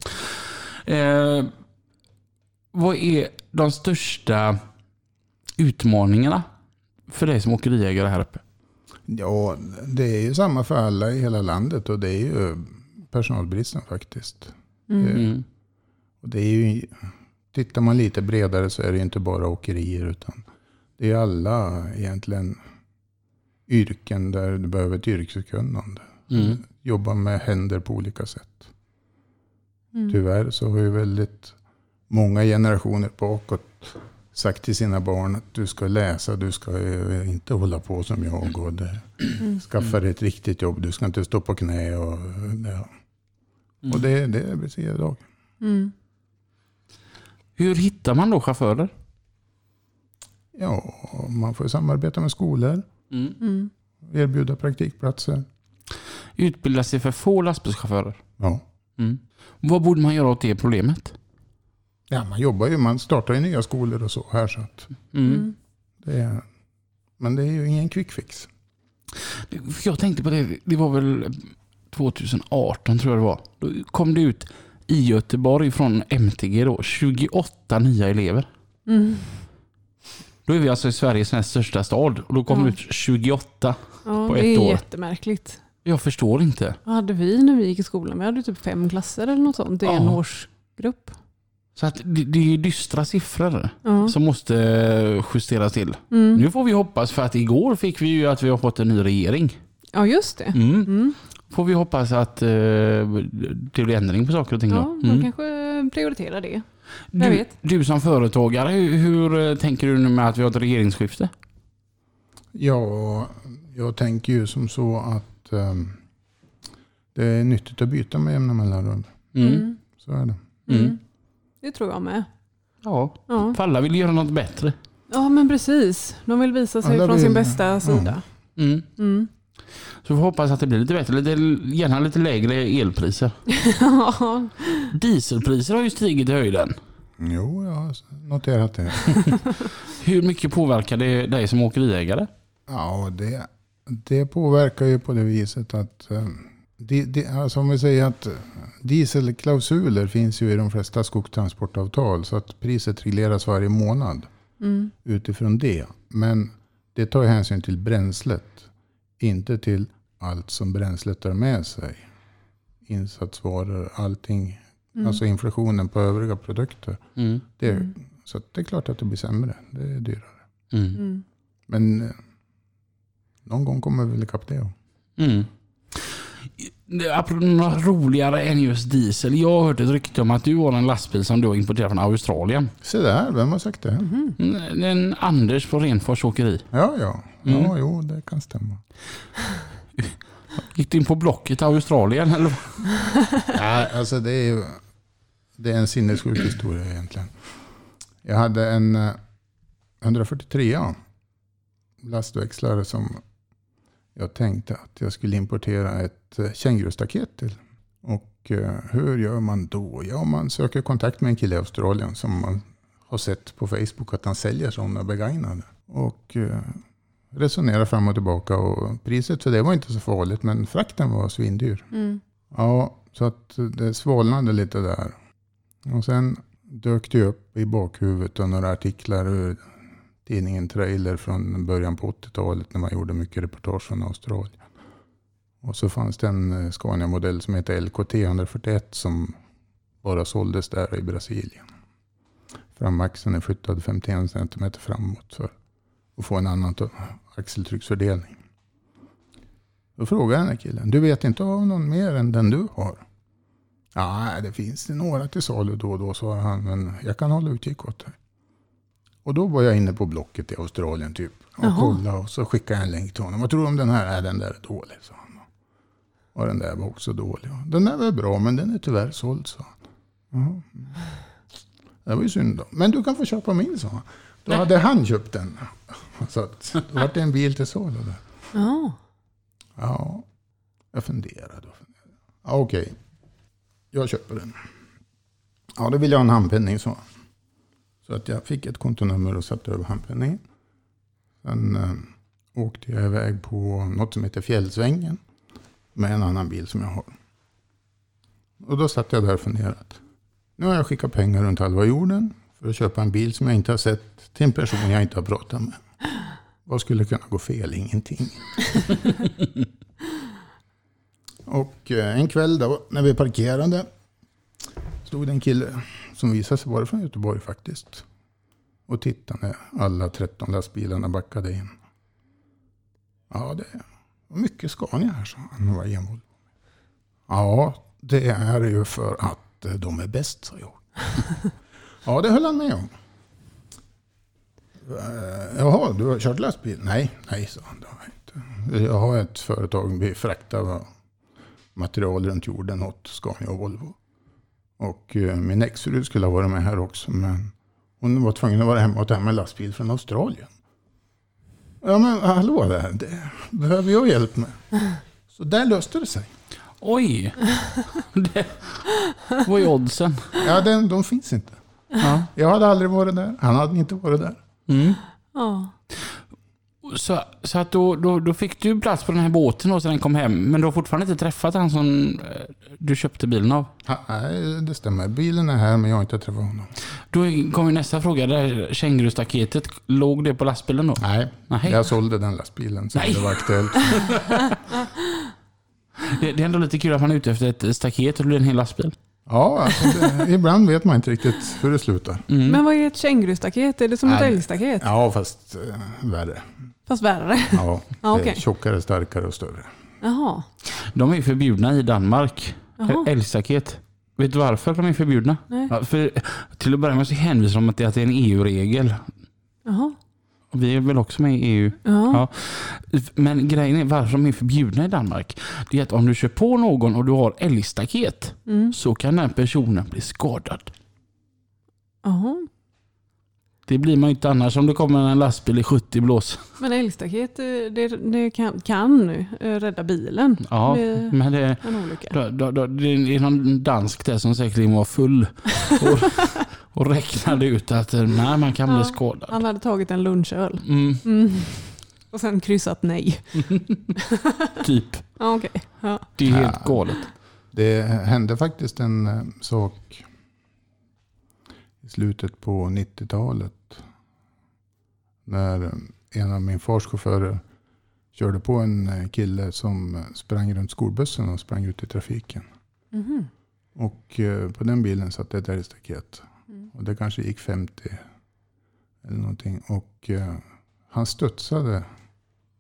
Speaker 1: Eh, vad är de största utmaningarna för dig som åkeriägare här uppe?
Speaker 5: Ja, det är ju samma för alla i hela landet och det är ju personalbristen faktiskt.
Speaker 2: Mm.
Speaker 5: Eh,
Speaker 1: Mm.
Speaker 5: Och det är ju, tittar man lite bredare så är det ju inte bara åkerier utan det är alla egentligen yrken där du behöver ett yrkeskunnande.
Speaker 1: Mm.
Speaker 5: Jobba med händer på olika sätt.
Speaker 2: Mm.
Speaker 1: Typ.
Speaker 5: Tyvärr så har ju väldigt många generationer bakåt sagt till sina barn att du ska läsa, du ska eh, inte hålla på som jag. Och det, skaffa dig ett riktigt jobb, du ska inte stå på knä. Och, ja. och det, det är precis idag.
Speaker 2: Mm.
Speaker 1: Hur hittar man då chaufförer?
Speaker 5: Ja, man får samarbeta med skolor,
Speaker 2: Mm.
Speaker 5: erbjuda praktikplatser.
Speaker 1: Utbildar sig för få lastbilschaufförer?
Speaker 5: Ja.
Speaker 1: Mm. Vad borde man göra åt det problemet?
Speaker 5: ja, man jobbar ju, man startar ju nya skolor och så här. Så att
Speaker 2: Mm.
Speaker 5: det är, men det är ju ingen quick fix.
Speaker 1: För Jag tänkte på det, det var väl 2018 tror jag det var. Då kom det ut i Göteborg från MTG då 28 nya elever.
Speaker 2: Mm.
Speaker 1: Då är vi alltså i Sveriges näst största stad och då kommer
Speaker 2: Ja.
Speaker 1: det ut 28.
Speaker 2: Ja,
Speaker 1: På
Speaker 2: det
Speaker 1: ett
Speaker 2: är
Speaker 1: år.
Speaker 2: jättemärkligt.
Speaker 1: Jag förstår inte.
Speaker 2: Vad hade vi när vi gick i skolan? Vi hade typ fem klasser eller något sånt i en
Speaker 1: Ja.
Speaker 2: årsgrupp.
Speaker 1: Så att det, det är ju dystra siffror
Speaker 2: Ja.
Speaker 1: som måste eh, justeras till.
Speaker 2: Mm.
Speaker 1: Nu får vi hoppas, för att igår fick vi ju att vi har fått en ny regering.
Speaker 2: ja, just det.
Speaker 1: Mm.
Speaker 2: Mm.
Speaker 1: Får vi hoppas att eh, det blir ändring på saker och ting.
Speaker 2: Ja,
Speaker 1: då.
Speaker 2: man
Speaker 1: Mm.
Speaker 2: kanske prioriterar det. jag
Speaker 1: Du,
Speaker 2: vet.
Speaker 1: du som företagare, hur, hur eh, tänker du nu med att vi har ett regeringsskifte?
Speaker 5: Ja, jag tänker ju som så att ehm, det är nyttigt att byta med jämna mellanrum.
Speaker 2: Mm.
Speaker 5: Så är det.
Speaker 1: Mm.
Speaker 2: Mm. Det tror jag med.
Speaker 1: Ja.
Speaker 2: Ja,
Speaker 1: För alla vill göra något bättre.
Speaker 2: ja men precis. De vill visa sig
Speaker 5: Alla
Speaker 2: från
Speaker 5: vill-
Speaker 2: sin bästa sida.
Speaker 1: Mm.
Speaker 2: Mm.
Speaker 1: Så vi hoppas att det blir lite bättre. Lite, gärna lite lägre elpriser.
Speaker 2: Ja.
Speaker 1: Dieselpriser har ju stigit i höjden.
Speaker 5: Jo, jag har noterat det.
Speaker 1: Hur mycket påverkar det dig som åkeriägare?
Speaker 5: Ja, och det, det påverkar ju på det viset att eh, di- di- alltså om vi säger att dieselklausuler finns ju i de flesta skogstransportavtal så att priset regleras varje månad
Speaker 2: Mm.
Speaker 5: utifrån det. Men det tar ju hänsyn till bränslet, inte till allt som bränslet tar med sig. Insatsvaror, allting,
Speaker 2: Mm.
Speaker 5: alltså inflationen på övriga produkter.
Speaker 1: Mm.
Speaker 5: Det,
Speaker 2: Mm.
Speaker 5: Så att det är klart att det blir sämre, det är dyrare.
Speaker 1: Mm.
Speaker 2: Mm.
Speaker 5: Men eh, någon gång kommer vi väl ikapp det. ja.
Speaker 1: Mm. Det- apropå Något roligare än just diesel. Jag har hört ett rykte om att du har en lastbil som du har importerat från Australien.
Speaker 5: Se där, vem har sagt det?
Speaker 2: Mhm.
Speaker 1: Mm, En Anders på Renfors åkeri.
Speaker 5: Ja, ja.
Speaker 1: Mm.
Speaker 5: Ja, jo, det kan stämma.
Speaker 1: Gick du in på Blocket till Australien? Eller?
Speaker 5: Nej, alltså det är ju... Det är en sinnessjuk historia egentligen. Jag hade en eh, 143 lastväxlare som jag tänkte att jag skulle importera ett eh, kängurustaket till. Och eh, hur gör man då? Ja, man söker kontakt med en kille i Australien som man har sett på Facebook att han säljer sådana begagnade. Och eh, resonerar fram och tillbaka och priset för det var inte så farligt men frakten var svindyr.
Speaker 2: Mm.
Speaker 5: Ja, så att det svalnade lite där. Och sen dök det upp i bakhuvudet och några artiklar ur tidningen Trailer från början på 80-talet när man gjorde mycket reportage från Australien. Och så fanns det en eh, Scania-modell som heter LKT 141 som bara såldes där i Brasilien. Framaxeln är flyttad 51 cm framåt för att få en annan t- axeltrycksfördelning. Då frågar jag den här killen, du vet inte av någon mer än den du har? Nej, det finns det några till salu då och då, sa han, men jag kan hålla utkik åt dig. Och då var jag inne på Blocket i Australien typ och
Speaker 2: Jaha.
Speaker 5: kollade och så skickade jag en länk till honom. Vad tror du om den här? Nej, den där är dålig, sa han. Och den där var också dålig. Den där var bra, men den är tyvärr såld, sa han. Jaha. Det var ju synd då. Men du kan få köpa min, sa han. Då hade han köpt den. Så att, då var det en bil till salu där.
Speaker 2: Ja.
Speaker 5: Ja, jag funderade och funderade. Ja, okej, jag köper den. Ja, då vill jag ha en handpenning så. Så att jag fick ett kontonummer och satte över handpenningen. Sen eh, åkte jag iväg på något som heter Fjällsvängen med en annan bil som jag har. Och då satt jag där och funderade. Nu har jag skickat pengar runt halva jorden för att köpa en bil som jag inte har sett till en person jag inte har pratat med. Vad skulle kunna gå fel? Ingenting. Och eh, en kväll då, när vi parkerade stod det en kille som visade sig vara från Göteborg faktiskt. Och tittade när alla 13 lastbilarna backade in. Ja, det var mycket Scania här, sa han. Det var en Volvo. Ja, det är ju för att eh, de är bäst, sa jag. ja, det höll han med om. Eh, Jaha, du har kört lastbil? Nej, nej, sa han. "Det har jag inte. Jag har ett företag, vi fraktar va, material runt jorden åt Scania och Volvo. Och eh, min exfru skulle ha varit med här också, men hon var tvungen att vara hemma och ta hem en lastbil från Australien. Ja, men hallå där, det behöver jag hjälp med. Så där löste det sig.
Speaker 1: Oj! Det var ju oddsen.
Speaker 5: Ja, den, de finns inte.
Speaker 1: Ja.
Speaker 5: Jag hade aldrig varit där, han hade inte varit där.
Speaker 1: Mm.
Speaker 2: Ja.
Speaker 1: Så, så att då, då, då fick du plats på den här båten då, så den kom hem. Men du har fortfarande inte träffat han som eh, du köpte bilen av.
Speaker 5: Ha, nej, det stämmer. Bilen är här men jag har inte träffat honom.
Speaker 1: Då kommer ju nästa fråga. Det här kängurustaketet, låg det på lastbilen då?
Speaker 5: Nej,
Speaker 1: Nej.
Speaker 5: jag sålde den lastbilen sen
Speaker 1: Nej.
Speaker 5: det var aktuellt.
Speaker 1: Det, det är ändå lite kul att man är ute efter ett staket och det blir en hel lastbil.
Speaker 5: Ja, alltså, det, ibland vet man inte riktigt hur det slutar.
Speaker 1: Mm.
Speaker 2: Men vad är ett kängurustaket? Är det som ett
Speaker 5: Nej.
Speaker 2: älgstaket?
Speaker 5: Ja, fast eh, värre.
Speaker 2: Fast värre.
Speaker 5: Ja,
Speaker 2: Ja,
Speaker 5: det är
Speaker 2: okej.
Speaker 5: Tjockare, starkare och större.
Speaker 2: Jaha.
Speaker 1: De är ju förbjudna i Danmark.
Speaker 2: Jaha.
Speaker 1: Älgstaket. Vet du varför de är förbjudna?
Speaker 2: Nej.
Speaker 1: Ja, för, till att börja med så hänvisar de till att det är en EU-regel.
Speaker 2: Jaha.
Speaker 1: Och Vi är väl också med i EU.
Speaker 2: Ja.
Speaker 1: Ja. Men grejen är varför de är förbjudna i Danmark. Det är att om du kör på någon och du har älgstaket
Speaker 2: Mm.
Speaker 1: så kan den personen bli skadad.
Speaker 2: Jaha.
Speaker 1: Det blir man ju inte annars om det kommer en lastbil i 70 blås.
Speaker 2: Men älgstaket eh, det, det kan, kan eh, rädda bilen.
Speaker 1: Ja, Mm.
Speaker 2: Det-
Speaker 1: men det,
Speaker 2: En olycka.
Speaker 1: då, då, då, det är någon dansk där som säkerligen var full och, och räknade ut att eh, nej, man kan
Speaker 2: Ja.
Speaker 1: bli skadad.
Speaker 2: Han hade tagit en lunchöl.
Speaker 1: Mm,
Speaker 2: Mm. Och sen kryssat nej.
Speaker 1: typ.
Speaker 2: Ja, okej. Ja.
Speaker 1: Det är helt
Speaker 5: Ja.
Speaker 1: galet.
Speaker 5: Det hände faktiskt en eh, sak i slutet på 90-talet. När eh, en av min fars chaufförer körde på en eh, kille som eh, sprang runt skolbussen och sprang ut i trafiken.
Speaker 2: Mhm.
Speaker 5: Och eh, på den bilen satt ett älgstaket. Och det kanske gick 50 eller någonting. Och eh, han studsade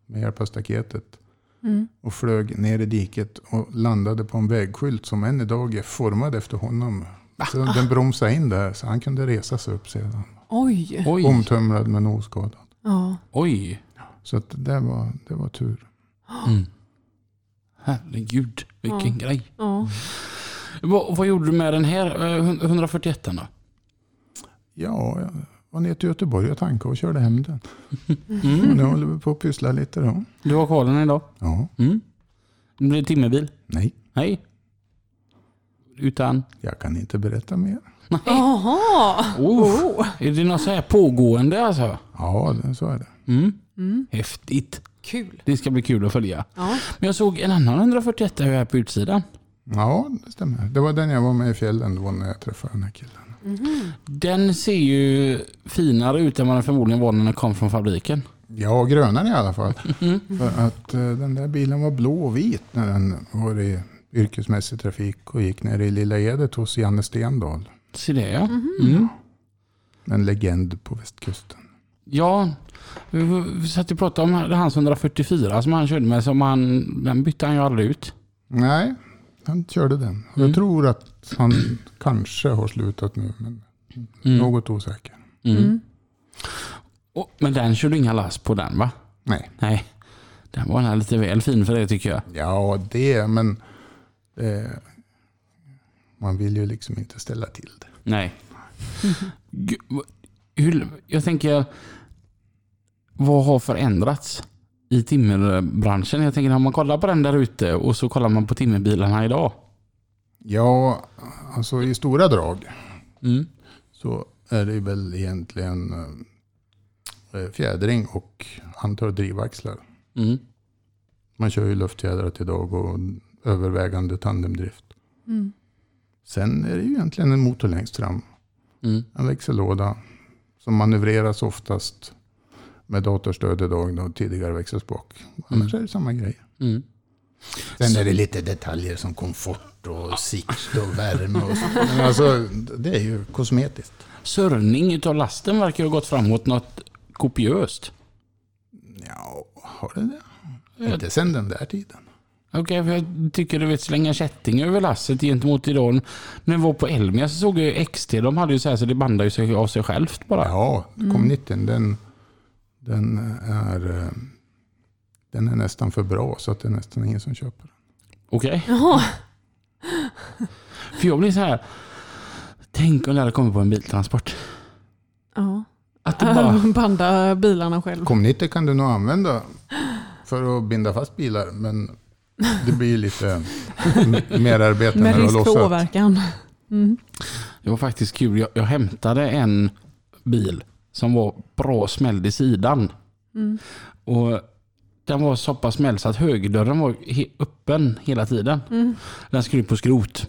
Speaker 5: med hjälp av staketet
Speaker 2: Mm.
Speaker 5: och flög ner i diket och landade på en vägskylt som än idag är formad efter honom. Så den bromsade in där så han kunde resa sig upp sedan.
Speaker 2: Oj.
Speaker 1: Oj,
Speaker 5: Omtumlad men oskadad.
Speaker 2: Ja.
Speaker 1: oj.
Speaker 5: Så att det, där var, det var tur.
Speaker 1: Mm. Herregud, vilken grej.
Speaker 2: ja.
Speaker 1: Vad, vad gjorde du med den här eh, hund- 141 då?
Speaker 5: Ja, jag var ner till Göteborg och tankade och körde hem den. Och
Speaker 1: Mm.
Speaker 5: nu håller vi på att pyssla lite då.
Speaker 1: Du har kvar den idag?
Speaker 5: Ja,
Speaker 1: Mm. Det blir timmerbil?
Speaker 5: nej.
Speaker 1: Nej. Utan?
Speaker 5: Jag kan inte berätta mer.
Speaker 1: Nej.
Speaker 2: Jaha.
Speaker 1: Oh. Är det något så här pågående alltså?
Speaker 5: Ja, det- så är det.
Speaker 1: Mm.
Speaker 2: Mm.
Speaker 1: Häftigt.
Speaker 2: Kul.
Speaker 1: Det ska bli kul att följa.
Speaker 2: Ja.
Speaker 1: Men jag såg en annan 141 här på utsidan.
Speaker 5: Ja, det stämmer. Det var den jag var med i fjällen då när jag träffade den här killen.
Speaker 1: Den ser ju finare ut än vad den förmodligen var när den kom från fabriken.
Speaker 5: Ja, grönare i alla fall. För att eh, den där bilen var blå och vit när den var i yrkesmässig trafik och gick ner i Lilla Edet hos Janne Stendahl.
Speaker 1: Se det ja. Mm.
Speaker 5: En legend på västkusten.
Speaker 1: Ja, vi- vi satt och pratade om hans 144 som han körde med. Som han, den bytte han ju aldrig ut.
Speaker 5: Nej, han körde den. Och
Speaker 1: Mm.
Speaker 5: Jag tror att han kanske har slutat nu, men
Speaker 1: Mm.
Speaker 5: något osäker.
Speaker 1: Mm.
Speaker 2: Mm.
Speaker 1: Och, men den körde inga lass på den va?
Speaker 5: Nej,
Speaker 1: Nej. Den var den här lite väl fin för det tycker jag.
Speaker 5: ja det, men eh, man vill ju liksom inte ställa till det.
Speaker 1: Nej. Gud, vad- hur, jag tänker, vad har förändrats i timmerbranschen? Jag tänker, om man kollar på den där ute och så kollar man på timmerbilarna idag.
Speaker 5: Ja, alltså i stora drag
Speaker 1: Mm.
Speaker 5: så är det väl egentligen eh, fjädring och antal drivaxlar.
Speaker 1: Mm.
Speaker 5: Man kör ju luftfjädrat idag och övervägande tandemdrift.
Speaker 2: Mm.
Speaker 5: Sen är det ju egentligen en motor längst fram,
Speaker 1: Mm.
Speaker 5: en växellåda som manövreras oftast med datorstöd idag då tidigare växlas bak. Annars är det samma grej.
Speaker 1: Mm.
Speaker 5: Sen är det lite detaljer som komfort och sikt och värme och så. Men alltså, det är ju kosmetiskt.
Speaker 1: Sörning utav lasten verkar ju ha gått framåt något kopiöst.
Speaker 5: Ja, har det det? Inte sen den där tiden.
Speaker 1: Okej, för jag tycker du vet slänga kätting över lasset gentemot idag. När jag var på Elmia så såg jag ju XT, de hade ju så här så det bandade ju sig av sig självt bara.
Speaker 5: Ja,
Speaker 2: Mm.
Speaker 5: komnitten den, den, är, eh, den är nästan för bra så att det är nästan ingen som köper den.
Speaker 1: Okej?
Speaker 2: Jaha.
Speaker 1: För jag blir så här. Tänk om det hade kommit på en biltransport.
Speaker 2: Ja.
Speaker 1: Att det bara...
Speaker 2: Banda bilarna själv.
Speaker 5: Komnitter kan du nog använda för att binda fast bilar men det blir lite m- merarbete
Speaker 2: Med
Speaker 5: när du har
Speaker 2: risk för
Speaker 5: lossat.
Speaker 2: åverkan. Mm.
Speaker 1: Det var faktiskt kul. Jag, jag hämtade en bil som var bra smälld i sidan.
Speaker 2: Mm.
Speaker 1: Och Och den var så pass smäll så att högerdörren var he- öppen hela tiden. Den skulle på skrot.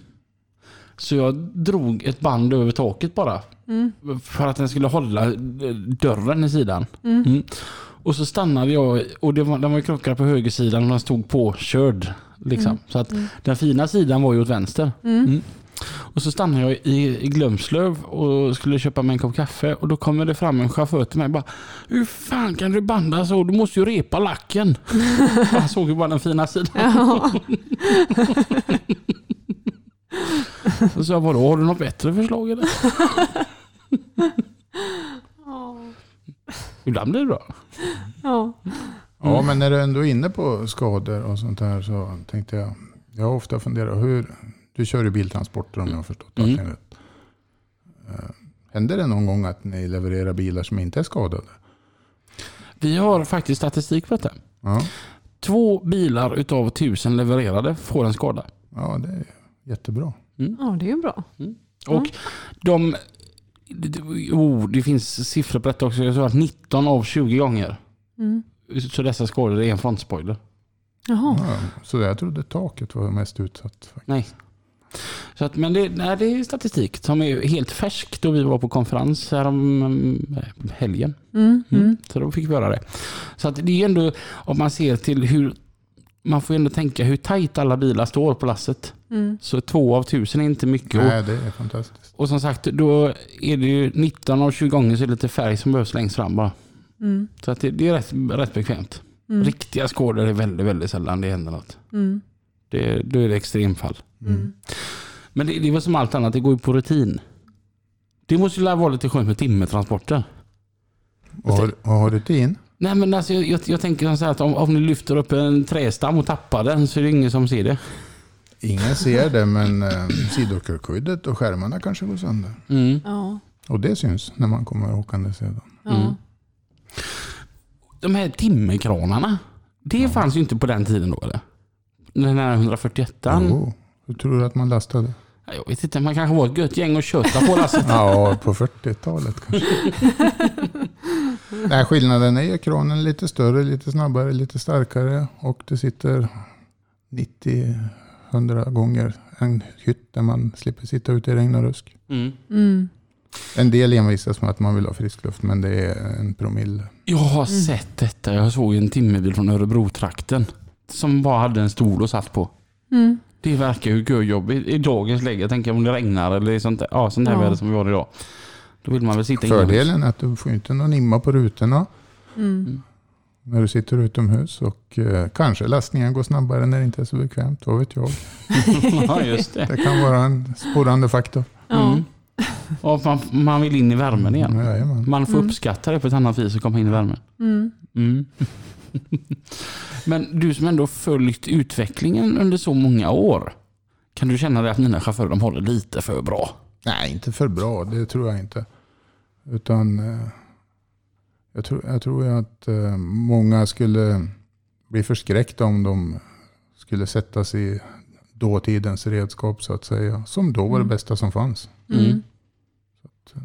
Speaker 1: Så jag drog ett band över taket bara. För att den skulle hålla eh, dörren i sidan. Mm. Och så stannade jag och det var, den var ju krockad på högersidan och den stod påkörd. Liksom. Så att den fina sidan var ju åt vänster. Mm. Och så stannade jag i, i Glömslöv och skulle köpa mig en kopp kaffe och då kommer det fram en chaufför till mig och bara Hur fan kan du banda så? Du måste ju repa lacken. Han såg ju bara den fina sidan.
Speaker 2: Ja.
Speaker 1: Och så jag vadå, har du något bättre förslag eller? Ibland blir det bra.
Speaker 2: ja.
Speaker 5: Ja, men när du ändå är inne på skador och sånt här så tänkte jag. Jag har ofta funderat hur. Du kör ju biltransporter om jag har förstått
Speaker 1: Mm.
Speaker 5: allting rätt. Eh, Händer det någon gång att ni levererar bilar som inte är skadade?
Speaker 1: Vi har faktiskt statistik på detta.
Speaker 5: Ja,
Speaker 1: Två bilar utav tusen levererade får en skada.
Speaker 5: ja det är jättebra.
Speaker 2: ja, det är ju bra.
Speaker 1: Och de... Oh, det finns siffror på detta också. Jag tror att 19 av 20 gånger
Speaker 2: Mm.
Speaker 1: så dessa skador är en frontspoiler.
Speaker 2: Jaha.
Speaker 5: Ja, så jag trodde taket var mest utsatt. faktiskt.
Speaker 1: Nej. Så att, men det, nej, det är statistik som är helt färsk då vi var på konferens härom eh, helgen.
Speaker 2: Mm.
Speaker 1: Mm.
Speaker 2: Mm.
Speaker 1: Så då fick vi höra det. Så att det är ändå, om man ser till hur, man får ändå tänka hur tajt alla bilar står på lasset.
Speaker 2: Mm.
Speaker 1: Så två av tusen är inte mycket. Och,
Speaker 5: Nej, det är fantastiskt.
Speaker 1: och som sagt, då är det ju 19 av 20 gånger så är det lite färg som behövs längst fram bara.
Speaker 2: Mm.
Speaker 1: Så att det, det är rätt, rätt bekvämt.
Speaker 2: Mm.
Speaker 1: Riktiga skådor är väldigt, väldigt sällan det händer något.
Speaker 2: Mm.
Speaker 1: Det, då är det extremfall.
Speaker 2: Mm.
Speaker 1: Men det, det är väl som allt annat, det går ju på rutin. Det måste ju vara lite skönt med timmertransporter.
Speaker 5: Vad har, vad har du in?
Speaker 1: Nej men alltså jag, jag, jag tänker som så här att om, om ni lyfter upp en trästam och tappar den så är det ingen som ser det.
Speaker 5: Ingen ser det, men eh, sidokurskyddet och skärmarna kanske går sönder.
Speaker 1: Mm.
Speaker 2: Ja.
Speaker 5: Och det syns när man kommer åkande sedan.
Speaker 2: Ja.
Speaker 1: Mm. De här timmerkranarna. Det fanns ju inte på den tiden då eller? Den här 141 Jag
Speaker 5: Jo, hur tror du att man lastade?
Speaker 1: vet inte, man kanske var ett gött gäng och köta på alltså. lasset.
Speaker 5: Ja, på 40-talet kanske. Nej, skillnaden är ju kranen lite större, lite snabbare, lite starkare och det sitter 90-100 gånger en hytt där man slipper sitta ute i regn och rusk.
Speaker 1: Mm.
Speaker 2: Mm.
Speaker 5: En del envisas med att man vill ha frisk luft men det är en promille.
Speaker 1: Jag har sett detta. Jag såg ju en timmerbil från Örebro-trakten. Som bara hade en stol och satt på.
Speaker 2: Mm.
Speaker 1: Det verkar ju görjobbigt i dagens läge. Jag tänker om det regnar eller sånt där, ja, sånt där
Speaker 2: Ja.
Speaker 1: väder som vi har idag. Då vill man väl sitta inomhus.
Speaker 5: Fördelen är att du får ju inte någon imma på rutorna
Speaker 2: Mm.
Speaker 5: när du sitter utomhus och eh, kanske lastningen går snabbare när det inte är så bekvämt, vad vet jag.
Speaker 1: ja, just det.
Speaker 5: Det kan vara en sporrande faktor.
Speaker 2: Ja.
Speaker 1: Mm. Och man, man vill in i värmen igen.
Speaker 5: Jajamän.
Speaker 1: Man får
Speaker 2: Mm.
Speaker 1: uppskatta det på ett annat vis att komma in i värmen.
Speaker 2: Mm.
Speaker 1: Mm. Men du som ändå följt utvecklingen under så många år. Kan du känna dig att mina chaufförer de håller lite för bra?
Speaker 5: Nej, inte för bra. Det tror jag inte. Utan eh, jag tror, jag tror ju att eh, många skulle bli förskräckta om de skulle sättas i dåtidens redskap så att säga. Som då var det
Speaker 2: Mm.
Speaker 5: bästa som fanns.
Speaker 2: Mm.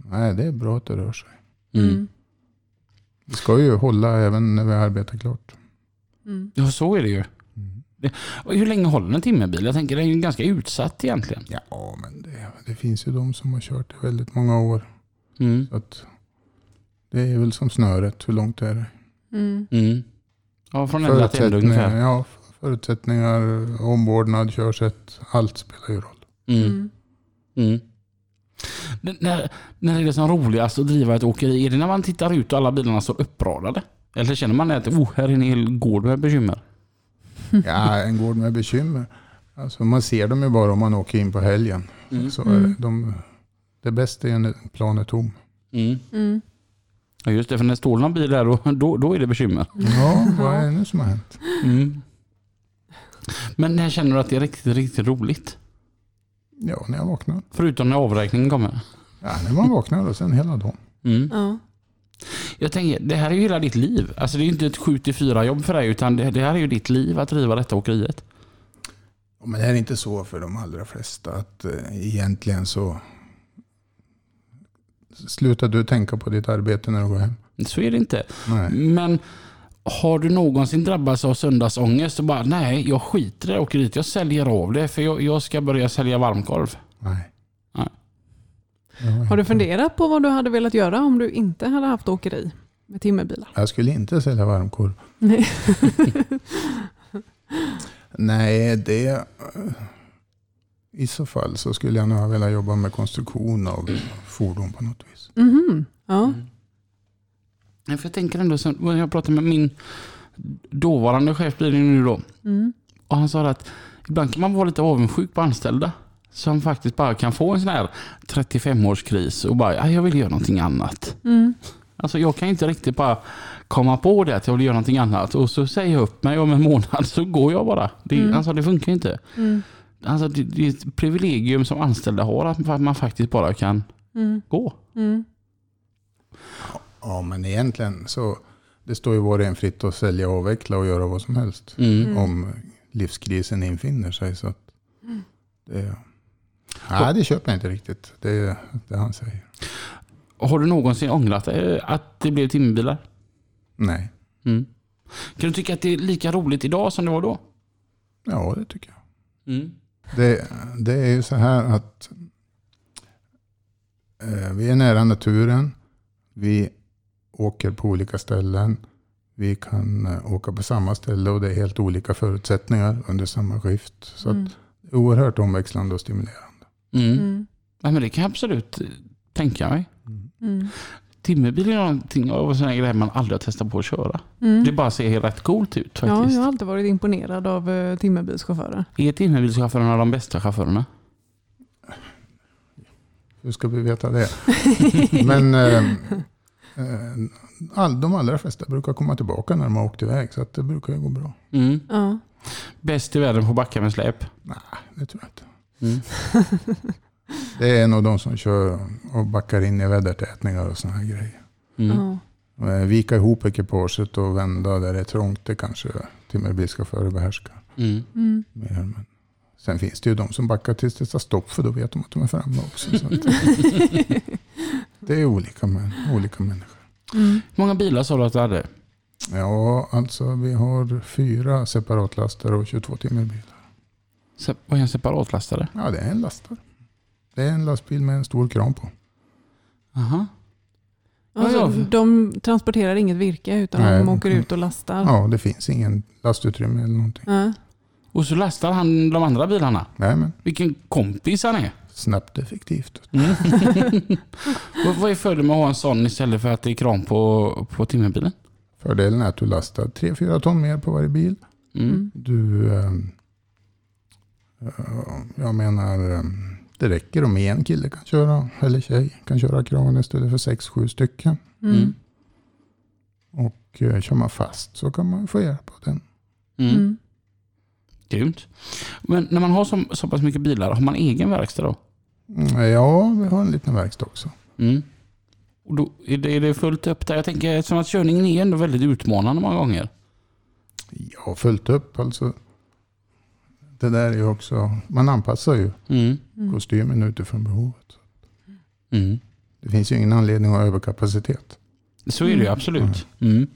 Speaker 5: Nej, det är bra att det rör sig.
Speaker 2: Mm.
Speaker 5: Vi ska ju hålla även när vi arbetar klart.
Speaker 2: Mm.
Speaker 1: Ja, så är det ju. Och hur länge håller en timmerbil? Jag tänker den är ju ganska utsatt egentligen.
Speaker 5: Ja, men det, det finns ju de som har kört i väldigt många år.
Speaker 1: Mm.
Speaker 5: Så att det är väl som snöret. Hur långt är det?
Speaker 2: Mm.
Speaker 1: Mm. Ja, från elda till elda
Speaker 5: Förutsättningar,
Speaker 1: ungefär.
Speaker 5: ja, förutsättningar, omvårdnad, körsätt, allt spelar ju roll.
Speaker 1: Mm.
Speaker 2: Mm.
Speaker 1: Mm. Men När, när är det som roligast att driva ett åkeri? Är det när man tittar ut och alla bilarna står uppradade? Eller känner man att oh, här är en hel gård med bekymmer?
Speaker 5: Ja, en gård med bekymmer. Alltså, man ser dem ju bara om man åker in på helgen.
Speaker 1: Mm.
Speaker 5: Så är det,
Speaker 2: Mm.
Speaker 5: de, det bästa är när planen är tom.
Speaker 1: Mm.
Speaker 2: Mm.
Speaker 1: Ja, just det, för när det står någon bil där då, då, då är det bekymmer.
Speaker 5: Ja, vad är det nu som har hänt?
Speaker 1: Mm. Men när känner du att det är riktigt, riktigt roligt?
Speaker 5: Ja, när jag vaknar.
Speaker 1: Förutom när avräkningen kommer.
Speaker 5: Ja, när man vaknar och sen hela dagen.
Speaker 1: Mm.
Speaker 2: Ja.
Speaker 1: Jag tänker, det här är ju hela ditt liv. Alltså det är ju inte ett 7-4 jobb för dig utan det, det här är ju ditt liv att driva detta åkeriet.
Speaker 5: Men är det inte så för de allra flesta att eh, egentligen så slutar du tänka på ditt arbete när du går hem?
Speaker 1: Så är det inte.
Speaker 5: Nej.
Speaker 1: Men Har du någonsin drabbats av söndagsångest och bara nej, jag skiter i det och åker dit. Jag säljer av det för jag, jag ska börja sälja varmkorv.
Speaker 5: Nej.
Speaker 1: Nej.
Speaker 5: Det har jag
Speaker 2: Har du
Speaker 5: inte.
Speaker 2: funderat på vad du hade velat göra om du inte hade haft åkeri med timmerbilar?
Speaker 5: Jag skulle inte sälja varmkorv.
Speaker 2: Nej. Mm-hmm.
Speaker 5: Nej, det... eh, I så fall så skulle jag nog ha velat jobba med konstruktion av fordon på något vis.
Speaker 2: Mhm. Ja.
Speaker 1: Nej, för jag tänker ändå, sen, när jag pratade med min dåvarande chef blir det nu då.
Speaker 2: Mm.
Speaker 1: Och han sa att ibland kan man vara lite avundsjuk på anställda. Som faktiskt bara kan få en sån här 35-årskris och bara, "Ja, jag vill göra någonting annat.
Speaker 2: Mm.
Speaker 1: Alltså jag kan inte riktigt bara komma på det att jag vill göra någonting annat och så säger jag upp mig om en månad så går jag bara. Det,
Speaker 2: Mm.
Speaker 1: Alltså det funkar ju inte.
Speaker 2: Mm.
Speaker 1: Alltså det, det är ett privilegium som anställda har att man- man faktiskt bara kan
Speaker 2: Mm.
Speaker 1: gå.
Speaker 2: Mm.
Speaker 5: Ja, men egentligen så... Det står ju var och en fritt att sälja, avveckla och göra vad som helst.
Speaker 2: Mm.
Speaker 5: Om livskrisen infinner sig. Så att det, nej, det köper jag inte riktigt. Det är det han säger.
Speaker 1: Har du någonsin ångrat eh, att det blev timmerbilar?
Speaker 5: Nej.
Speaker 1: Mm. Kan du tycka att det är lika roligt idag som det var då?
Speaker 5: Ja, det tycker jag.
Speaker 1: Mm.
Speaker 5: Det, det är ju så här att eh, vi är nära naturen. Vi åker på olika ställen. Vi kan eh, åka på samma ställe och det är helt olika förutsättningar under samma skift. Så att
Speaker 2: Mm.
Speaker 5: det är oerhört omväxlande och stimulerande.
Speaker 1: Mm.
Speaker 2: Mm.
Speaker 1: Nej, men det kan jag absolut eh, tänka mig.
Speaker 2: Mm.
Speaker 1: Timmerbil är någonting av en sån här grej man aldrig har testat på att köra.
Speaker 2: Mm.
Speaker 1: Det bara ser rätt coolt ut
Speaker 2: Ja,
Speaker 1: faktiskt.
Speaker 2: jag har alltid varit imponerad av eh, timmerbilschaufförer.
Speaker 1: Är timmerbilschaufförerna de bästa chaufförerna?
Speaker 5: Hur ska vi veta det? Men eh, eh, all, de allra flesta brukar komma tillbaka när de har åkt iväg. Så att det brukar ju gå bra.
Speaker 1: Mm.
Speaker 2: Ja.
Speaker 1: Bäst i världen på backa med släp.
Speaker 5: Det tror jag inte.
Speaker 1: Mm.
Speaker 5: Det är nog de som kör och backar in i vädertätningar och sådana här grejer.
Speaker 1: Mm.
Speaker 2: Ja.
Speaker 5: Eh, Vika ihop ekipaget och vända där det är trångt. Det kanske timmerbilschaufförer behärskar.
Speaker 1: Mm.
Speaker 2: Mm.
Speaker 5: mer, Men sen finns det ju de som backar tills det tar stopp för då vet de att de är framme också. Så att det är olika, män, olika människor.
Speaker 2: Mm.
Speaker 1: Hur många bilar sa du att du hade?
Speaker 5: Ja, alltså vi har fyra separatlaster och 22 timmerbilar.
Speaker 1: Se- Vad är en separatlastare?
Speaker 5: Ja, det är en lastare. Det är en lastbil med en stor kran på.
Speaker 1: Aha.
Speaker 2: Alltså,
Speaker 1: Ja, ja.
Speaker 2: De transporterar inget virke utan
Speaker 5: Nej.
Speaker 2: de åker ut och lastar.
Speaker 5: Ja, det finns ingen lastutrymme eller någonting.
Speaker 2: Ja.
Speaker 1: Och så lastar han de andra bilarna.
Speaker 5: Nej, men
Speaker 1: Vilken kompis han är.
Speaker 5: snabbt effektivt.
Speaker 1: Mm. vad, vad är fördelen med att ha en sån istället för att det är kran på, på timmerbilen?
Speaker 5: Fördelen är att du lastar 3-4 ton mer på varje bil.
Speaker 1: Mm.
Speaker 5: Du, eh, eh, jag menar, eh, det räcker om en kille kan köra, eller tjej kan köra kranen istället för sex, sju stycken.
Speaker 2: Mm. Mm.
Speaker 5: Och eh, kör man fast så kan man få hjälp av den.
Speaker 1: Mm. Grymt. Men när man har så, så pass mycket bilar, har man egen verkstad då?
Speaker 5: Mm, Ja, vi har en liten verkstad också.
Speaker 1: Mm. Och då är, det, är det fullt upp där? Jag tänker eftersom att körningen är ändå väldigt utmanande många gånger.
Speaker 5: Jag har följt upp alltså. Det där är ju också, man anpassar ju
Speaker 1: Mm.
Speaker 2: Mm.
Speaker 5: kostymen utifrån behovet.
Speaker 1: Mm.
Speaker 5: Det finns ju ingen anledning att ha överkapacitet.
Speaker 1: Så är det ju absolut. Mm.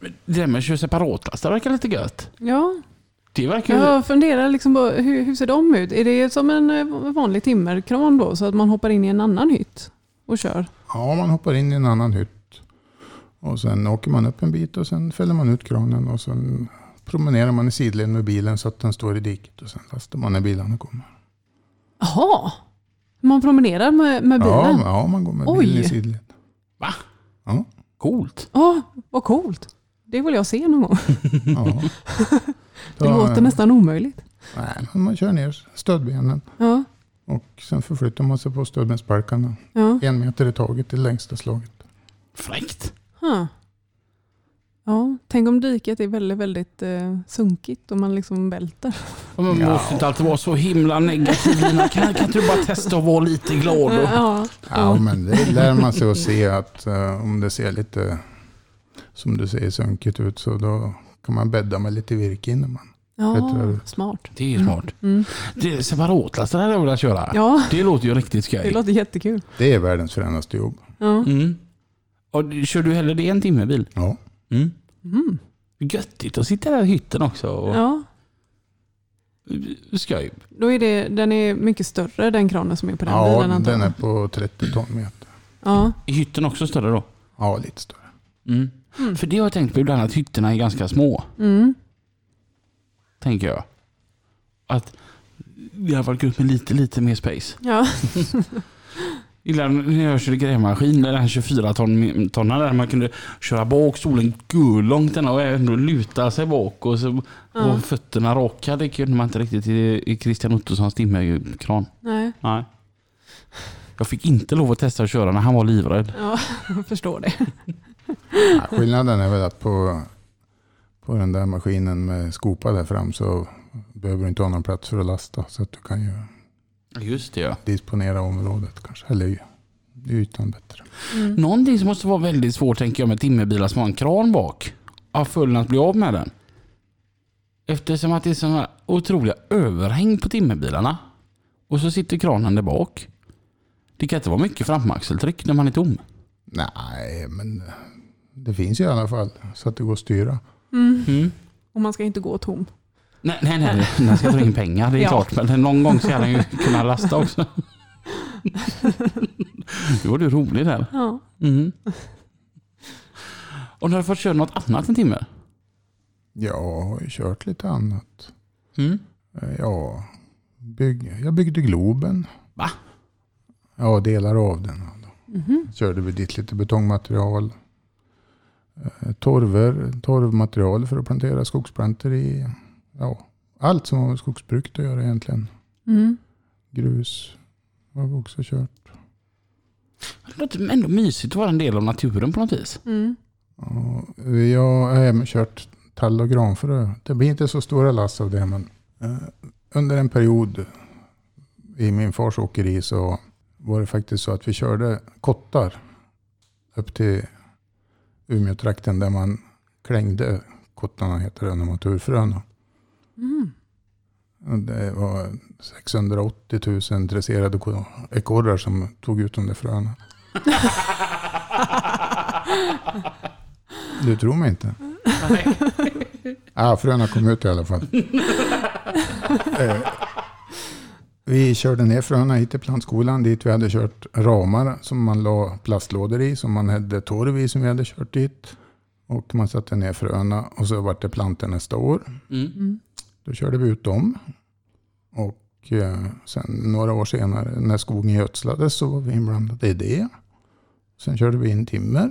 Speaker 1: Men Det där med att köra separatlastare verkar lite gött.
Speaker 2: Ja,
Speaker 1: Det verkar ju...
Speaker 2: jag funderar liksom på hur, hur ser de ut? Är det som en eh, vanlig timmerkran då? Så att man hoppar in i en annan hytt och kör?
Speaker 5: Ja, man hoppar in i en annan hytt. Och sen åker man upp en bit och sen fäller man ut kranen och sen promenerar man i sidled med bilen så att den står i diket och sen lastar man när bilarna kommer.
Speaker 2: Jaha! Man promenerar med, med
Speaker 5: Ja,
Speaker 2: bilen?
Speaker 5: men- ja, man går med
Speaker 2: Oj.
Speaker 5: bilen i sidled.
Speaker 1: Va?
Speaker 5: Ja,
Speaker 1: Coolt.
Speaker 2: Ja, vad coolt! Det vill jag se någon gång.
Speaker 5: ja.
Speaker 2: Det
Speaker 5: Så,
Speaker 2: låter
Speaker 5: eh,
Speaker 2: nästan omöjligt.
Speaker 5: Nej, men man kör ner stödbenen
Speaker 2: Ja,
Speaker 5: och sen förflyttar man sig på stödbensparkarna.
Speaker 2: ja.
Speaker 5: En meter i taget till längsta slaget.
Speaker 1: Fräckt.
Speaker 2: Huh. Ja, tänk om diket är väldigt, väldigt eh, sunkigt och man liksom välter.
Speaker 1: Ja, Man
Speaker 5: Ja.
Speaker 1: måste inte alltid vara så himla negativ Lina. Kan, kan inte du bara testa att vara lite glad? Och...
Speaker 2: Ja,
Speaker 5: Ja, men det lär man sig att se att eh, om det ser lite, som du säger, sunkigt ut så då kan man bädda med lite virke innan man Jag tror
Speaker 2: ja
Speaker 5: det.
Speaker 2: smart.
Speaker 1: Det är ju smart.
Speaker 2: Mm.
Speaker 1: Det är separatlastare hade jag velat köra.
Speaker 2: Ja,
Speaker 1: Det låter ju riktigt skoj.
Speaker 2: det låter jättekul.
Speaker 5: Det är världens fränaste jobb.
Speaker 2: Ja.
Speaker 1: Mm. Och, kör du hellre det än timmerbil?
Speaker 5: Ja.
Speaker 1: Mm.
Speaker 2: Mm.
Speaker 1: Göttigt att sitta där i hytten också. Och
Speaker 2: Ja,
Speaker 1: Skoj.
Speaker 2: då är det, den är mycket större den kranen som är på den bilen.
Speaker 5: Ja,
Speaker 2: antagligen.
Speaker 5: den är på 30 ton meter.
Speaker 2: Ja.
Speaker 1: Är hytten också större då?
Speaker 5: Ja, lite större.
Speaker 1: Mm.
Speaker 2: Mm.
Speaker 1: För det har jag tänkt på ibland, att hytterna är ganska små.
Speaker 2: Mm.
Speaker 1: Tänker jag. Att det hade varit gött med lite, lite mer space.
Speaker 2: Ja.
Speaker 1: Ibland när jag körde grävmaskin, där den här 24 ton, tonna där man kunde köra bak stolen långt och ändå luta sig bak och, så,
Speaker 2: Ja.
Speaker 1: och fötterna raka. Det kunde man inte riktigt i, i Christian Ottossons timmerkran.
Speaker 2: Nej,
Speaker 1: Nej. Jag fick inte lov att testa att köra när han var livrädd.
Speaker 2: ja, jag förstår det.
Speaker 5: Ja, skillnaden är väl att på, på den där maskinen med skopa där fram så behöver du inte ha någon plats för att lasta. Så att du kan ju
Speaker 1: Just det ja.
Speaker 5: disponera området kanske. Eller ytan bättre.
Speaker 2: Mm.
Speaker 1: Någonting som måste vara väldigt svårt tänker jag med timmerbilar som har en kran bak. Har följden att bli av med den. Eftersom att det är sådana otroliga överhäng på timmerbilarna. Och så sitter kranen där bak. Det kan inte vara mycket framaxeltryck när man är tom.
Speaker 5: Nej, men det finns ju i alla fall så att det går att styra.
Speaker 2: Mm.
Speaker 1: Mm.
Speaker 2: Och man ska inte gå tom.
Speaker 1: Nej, nej, nej. Den ska dra in pengar, det är
Speaker 2: Ja.
Speaker 1: klart. Men någon gång ska den ju kunna lasta också. Nu var du rolig där.
Speaker 2: Ja.
Speaker 1: Mm. Och när du fått köra något annat en timme?
Speaker 5: Jag har ju kört lite annat.
Speaker 1: Mm.
Speaker 5: Eh, Ja, bygg, jag byggde Globen.
Speaker 1: Va?
Speaker 5: Ja, delar av den.
Speaker 2: Mhm.
Speaker 5: Körde vi dit lite betongmaterial. eh, Torver, torvmaterial för att plantera skogsplantor i. Ja, allt som har med skogsbruket att göra egentligen.
Speaker 2: Mm.
Speaker 5: Grus har vi också kört.
Speaker 1: Det låter ändå mysigt att vara en del av naturen på något vis.
Speaker 2: Mm.
Speaker 5: Och Vi har även kört tall och granfrö. Det blir inte så stora lass av det, men eh, under en period i min fars åkeri så var det faktiskt så att vi körde kottar upp till Umeåtrakten där man klängde kottarna, heter det, när man tog ur fröna.
Speaker 2: Mm.
Speaker 5: Och Det var 680 000 dresserade ko- ekorrar som tog ut de där fröna. Du tror mig inte? ah, fröna kom ut i alla fall. eh, vi körde ner fröna hit till plantskolan dit vi hade kört ramar som man la plastlådor i som man hade torv i som vi hade kört dit. Och man satte ner fröna och så vart det plantor nästa år.
Speaker 2: Mm.
Speaker 5: Då körde vi ut dem. Och eh, sen några år senare när skogen gödslades så var vi inblandade i det. Sen körde vi in timmer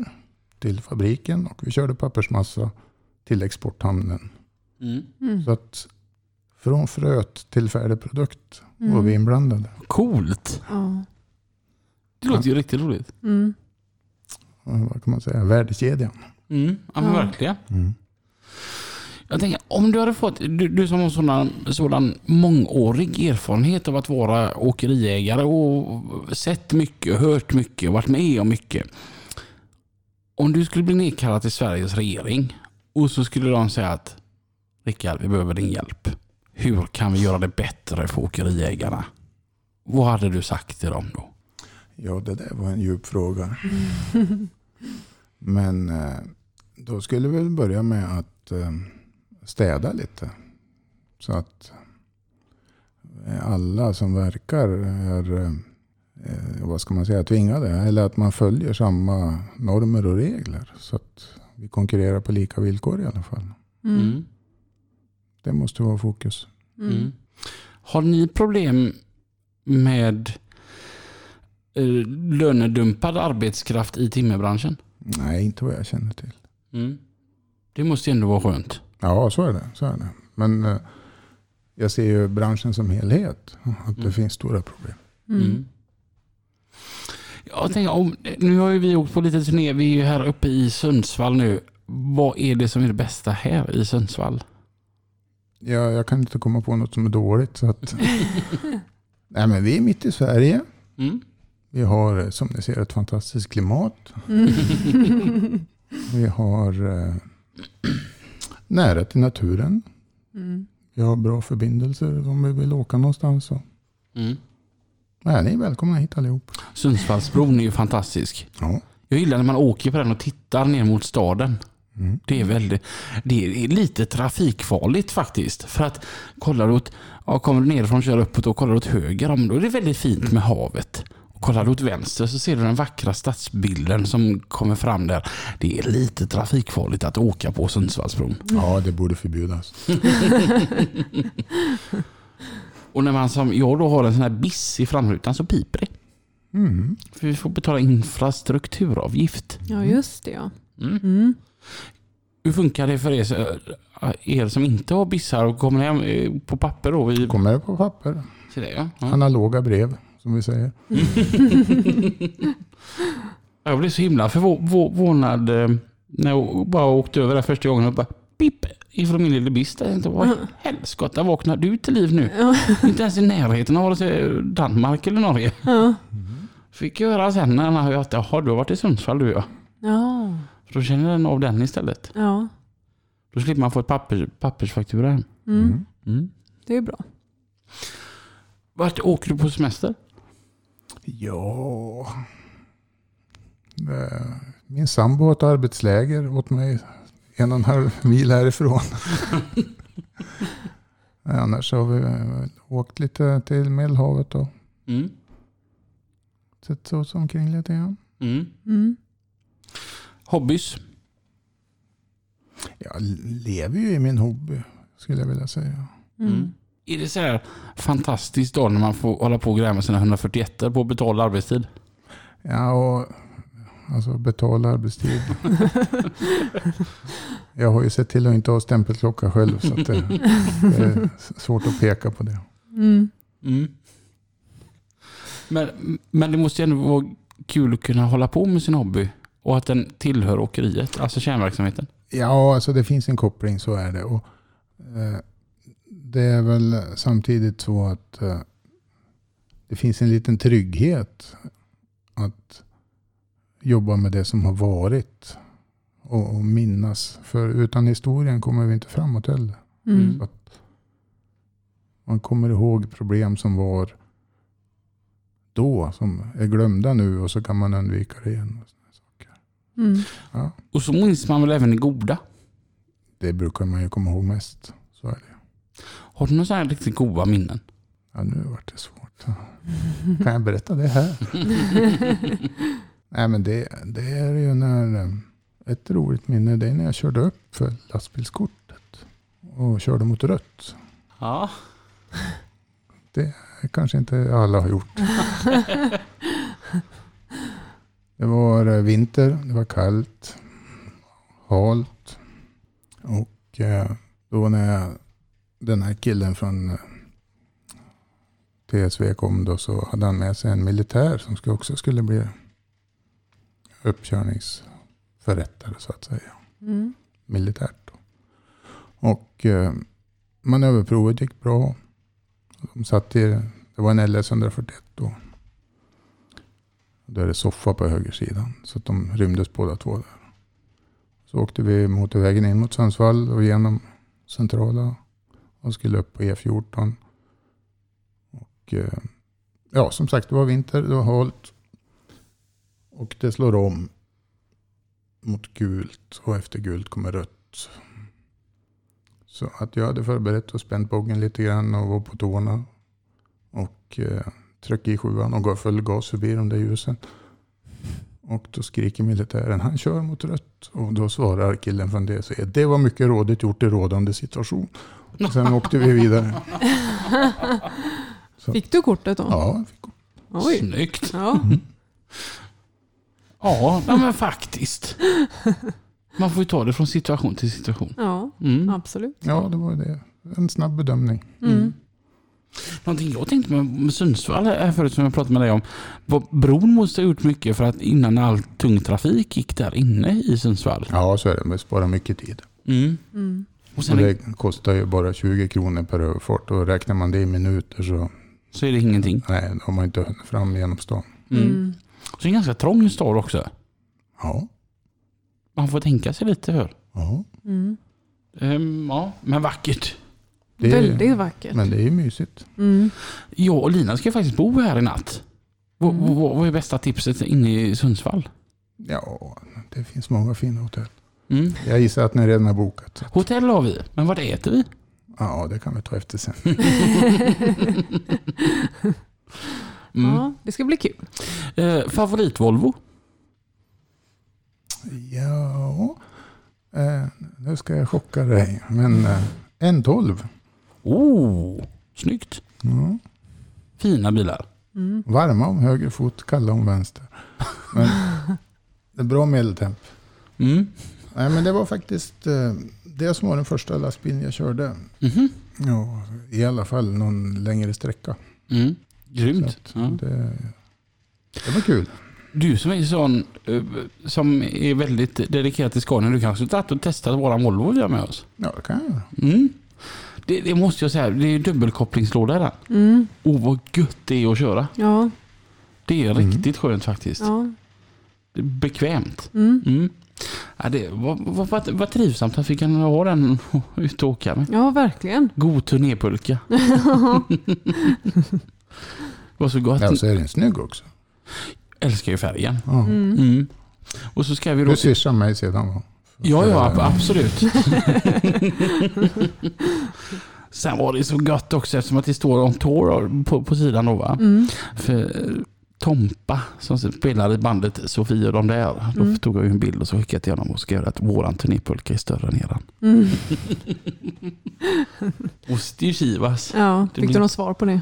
Speaker 5: till fabriken och vi körde pappersmassa till exporthamnen.
Speaker 2: Mm.
Speaker 5: Så att från fröet till färdig produkt var
Speaker 2: Mm.
Speaker 5: vi inblandade.
Speaker 1: Coolt!
Speaker 2: Ja.
Speaker 1: Det låter ju riktigt roligt.
Speaker 2: Mm.
Speaker 5: Och eh, Vad kan man säga? Värdekedjan.
Speaker 1: Mm. Ja, men
Speaker 2: Ja.
Speaker 1: verkligen.
Speaker 2: Mm.
Speaker 1: Jag tänker, om du hade fått, du, du som har sådan, sådan mångårig erfarenhet av att vara åkeriägare och sett mycket, hört mycket, varit med om mycket. Om du skulle bli nedkallad till Sveriges regering och så skulle de säga att Rickard, vi behöver din hjälp. Hur kan vi göra det bättre för åkeriägarna? Vad hade du sagt till dem då?
Speaker 5: Ja, det där var en djup fråga. Men eh, då skulle vi väl börja med att eh, städa lite. Så att eh, alla som verkar är, eh, eh, vad ska man säga, tvingade. Eller att man följer samma normer och regler. Så att vi konkurrerar på lika villkor i alla fall.
Speaker 2: Mm.
Speaker 5: Det måste vara fokus.
Speaker 2: Mm.
Speaker 1: Har ni problem med eh, lönedumpad arbetskraft i timmerbranschen?
Speaker 5: Nej, inte vad jag känner till.
Speaker 1: Det måste ju ändå vara skönt.
Speaker 5: Ja, så är det. Så är det. Men eh, jag ser ju branschen som helhet. Att det
Speaker 1: Mm.
Speaker 5: finns stora problem.
Speaker 2: Mm.
Speaker 1: Mm. Jag tänker, om, nu har ju vi åkt på lite turné. Vi är ju här uppe i Sundsvall nu. Vad är det som är det bästa här i Sundsvall?
Speaker 5: Jag, jag kan inte komma på något som är dåligt. Så att... Nej, men vi är mitt i Sverige. Vi har eh, som ni ser ett fantastiskt klimat.
Speaker 2: Mm.
Speaker 5: Vi har eh, nära till naturen.
Speaker 2: Mm.
Speaker 5: Vi har bra förbindelser om vi vill åka någonstans. Så.
Speaker 2: Mm.
Speaker 5: Nej, ni är välkomna hit allihop.
Speaker 1: Sundsvallsbron är ju fantastisk.
Speaker 5: Ja.
Speaker 1: Jag gillar när man åker på den och tittar ner mot staden.
Speaker 5: Mm.
Speaker 1: Det är, väldigt, det är lite trafikfarligt faktiskt. För att kollar du åt, ja, kommer du nerifrån och kör uppåt och kollar åt höger, ja, men då är det väldigt fint med havet. Och kollar du åt vänster så ser du den vackra stadsbilden som kommer fram där. Det är lite trafikfarligt att åka på Sundsvallsbron.
Speaker 5: Ja, det borde förbjudas.
Speaker 1: Och när man som jag då har en sån här biss i framrutan så piper det.
Speaker 5: Mm.
Speaker 1: För vi får betala infrastrukturavgift.
Speaker 2: Ja, just det ja.
Speaker 1: Mm.
Speaker 2: Mm.
Speaker 1: Hur funkar det för er, så- eh, er som inte har bissar och kommer hem eh, på papper då? I,
Speaker 5: Kommer på papper.
Speaker 1: till det, ja. Ja.
Speaker 5: Analoga brev, som vi säger.
Speaker 1: Jag blev så himla förvånad eh, när jag bara åkte över där första gången och bara pip ifrån min lille biss. där. Jag tänkte, Vad i helskotta vaknar du till liv nu?
Speaker 2: Ja.
Speaker 1: Inte ens i närheten av vare sig Danmark eller Norge.
Speaker 2: Ja.
Speaker 1: Fick jag höra sen när han hörde att jaha, du har varit i Sundsvall du ja.
Speaker 2: Ja.
Speaker 1: För då känner den av den istället.
Speaker 2: ja.
Speaker 1: Då slipper man få ett papper, pappersfaktura hem.
Speaker 2: Mm.
Speaker 5: Mm.
Speaker 1: Mm.
Speaker 2: Det är bra.
Speaker 1: Vart åker du på semester?
Speaker 5: Ja. Eh, Min sambo har ett arbetsläger åt mig en och en halv mil härifrån. Annars har vi eh, åkt lite till Medelhavet och
Speaker 1: Mm.
Speaker 5: sett oss omkring lite grann.
Speaker 1: Mm.
Speaker 2: Mm.
Speaker 1: Hobbys?
Speaker 5: Jag lever ju i min hobby skulle jag vilja säga.
Speaker 2: Mm.
Speaker 1: Mm. Är det så här fantastiskt då när man får hålla på och gräva med sina 141 på betald arbetstid?
Speaker 5: Ja, och alltså betala arbetstid. jag har ju sett till att inte ha stämpelklocka själv så att det, det är svårt att peka på det.
Speaker 2: Mm.
Speaker 1: Mm. Men, men det måste ju ändå vara kul att kunna hålla på med sin hobby och att den tillhör åkeriet, alltså kärnverksamheten.
Speaker 5: Ja, alltså det finns en koppling, så är det. Och, eh, det är väl samtidigt så att eh, det finns en liten trygghet att jobba med det som har varit och, och minnas. För utan historien kommer vi inte framåt heller.
Speaker 2: Mm.
Speaker 5: Så att man kommer ihåg problem som var då, som är glömda nu och så kan man undvika det igen.
Speaker 2: Mm.
Speaker 5: Ja,
Speaker 1: Och så minns man väl även det goda.
Speaker 5: det brukar man ju komma ihåg mest. Så är det.
Speaker 1: Har du några sådana här riktigt goda minnen?
Speaker 5: Ja, nu vart det svårt. Kan jag berätta det här? Nej, men det, det är ju när... eh, Ett roligt minne, det är när jag körde upp för lastbilskortet och körde mot rött.
Speaker 1: Ja.
Speaker 5: Det kanske inte alla har gjort. Det var eh, vinter, det var kallt, halt. Och eh, då när jag, den här killen från eh, TSV kom då så hade han med sig en militär som skulle- också skulle bli uppkörningsförrättare så att säga
Speaker 2: Mm.
Speaker 5: militärt. Då. Och eh, manöverprovet gick bra. De satt i, det var en LS 141 då. Då är det soffa på högersidan. Så att de rymdes båda två där. Så åkte vi motorvägen in mot Sundsvall och genom centrala. Och skulle upp på E14. Och eh, ja, som sagt det var vinter, det var halt. Och det slår om mot gult och efter gult kommer rött. Så att jag hade förberett och spänt bågen lite grann och var på tårna. Och eh, tryckte i sjuan och gav full gas förbi de där ljusen. Och då skriker militären, han kör mot rött. Och då svarar killen från DC, det var mycket rådigt gjort i rådande situation. Och sen åkte vi vidare.
Speaker 2: Fick du kortet då?
Speaker 5: Ja, Mm.
Speaker 2: Oj.
Speaker 1: Snyggt.
Speaker 2: Ja.
Speaker 1: Ja, ja, men faktiskt. Man får ju ta det från situation till situation.
Speaker 2: ja,
Speaker 1: Mm.
Speaker 2: absolut.
Speaker 5: ja det var ju det. En snabb bedömning.
Speaker 2: Mm.
Speaker 1: Någonting jag tänkte med- med Sundsvall här förut som jag pratade med dig om. var- Bron måste ha gjort mycket för att innan all tung trafik gick där inne i Sundsvall.
Speaker 5: Ja, så är det. Vi sparar mycket tid.
Speaker 2: Mm.
Speaker 1: Och sen
Speaker 5: Och det kostar ju bara 20 kronor per överfart och räknar man det i minuter så
Speaker 1: så är det ingenting.
Speaker 5: nej, då har man inte hunnit fram genom stan.
Speaker 1: Mm.
Speaker 2: Mm.
Speaker 1: Så det är en ganska trång stad också.
Speaker 5: Ja,
Speaker 1: Man får tänka sig lite för.
Speaker 5: ja.
Speaker 2: Mm.
Speaker 1: Ehm, ja, men vackert.
Speaker 5: Det är-
Speaker 2: Väldigt vackert.
Speaker 5: men det är ju mysigt.
Speaker 2: Mm.
Speaker 1: Jag och Lina ska ju faktiskt bo här i natt. V-
Speaker 2: Mm.
Speaker 1: v- Vad är bästa tipset inne i Sundsvall?
Speaker 5: Ja, det finns många fina hotell.
Speaker 1: Mm.
Speaker 5: Jag gissar att ni redan har bokat. så-
Speaker 1: Hotell har vi, men vad äter vi?
Speaker 5: Ja, det kan vi ta efter sen.
Speaker 1: Mm.
Speaker 2: Ja, det ska bli kul.
Speaker 1: Eh, Favorit-Volvo?
Speaker 5: Ja, eh, nu ska jag chocka dig. Men eh, N12.
Speaker 1: Oh, snyggt.
Speaker 5: Ja.
Speaker 1: Fina bilar.
Speaker 2: Mm.
Speaker 5: Varma om höger fot, kalla om vänster. Men det är bra medeltemp.
Speaker 1: Mm.
Speaker 5: Nej, men det var faktiskt eh, det som var den första lastbilen jag körde.
Speaker 1: Mhm.
Speaker 5: Ja, I alla fall någon längre sträcka.
Speaker 1: Mm.
Speaker 5: Så
Speaker 1: Grymt.
Speaker 5: att
Speaker 1: Ja.
Speaker 5: det, det var kul.
Speaker 1: Du som är sån eh, som är väldigt dedikerad till Scania, du kanske har tagit och testat våran Volvo vi har med oss?
Speaker 5: Ja, det kan jag göra.
Speaker 1: Mm. Det, det måste jag säga, det är dubbelkopplingslåda i den.
Speaker 2: Mm.
Speaker 1: Oh vad gött det är att köra.
Speaker 2: Ja,
Speaker 1: Det är
Speaker 5: Mm.
Speaker 1: riktigt skönt faktiskt.
Speaker 2: ja.
Speaker 1: Det är bekvämt.
Speaker 2: Mm.
Speaker 1: Mm. Ja, det, vad, vad, vad, vad trivsamt att vi kan ha den ute och åka med.
Speaker 2: ja verkligen.
Speaker 1: God turnépulka. Vad så gott.
Speaker 5: Ja, så är den snygg också.
Speaker 1: Älskar ju färgen.
Speaker 5: Ja.
Speaker 2: Mm.
Speaker 1: Mm. Och så ska vi då...
Speaker 5: Du swishar mig sedan va?
Speaker 1: Ja, ja, ab-
Speaker 5: Eh,
Speaker 1: absolut. Sen var det så gött också eftersom att det står on tour på, på sidan då va.
Speaker 2: Mm.
Speaker 1: För eh, Tompa som spelade i bandet Sofie och de där. Då
Speaker 2: Mm.
Speaker 1: tog jag ju en bild och så skickade till honom och skrev att våran turnépulka är större än eran.
Speaker 2: Mm.
Speaker 1: Och det är ju Sivas.
Speaker 2: Ja,
Speaker 1: Det
Speaker 2: fick
Speaker 1: blir-
Speaker 2: du något svar på det?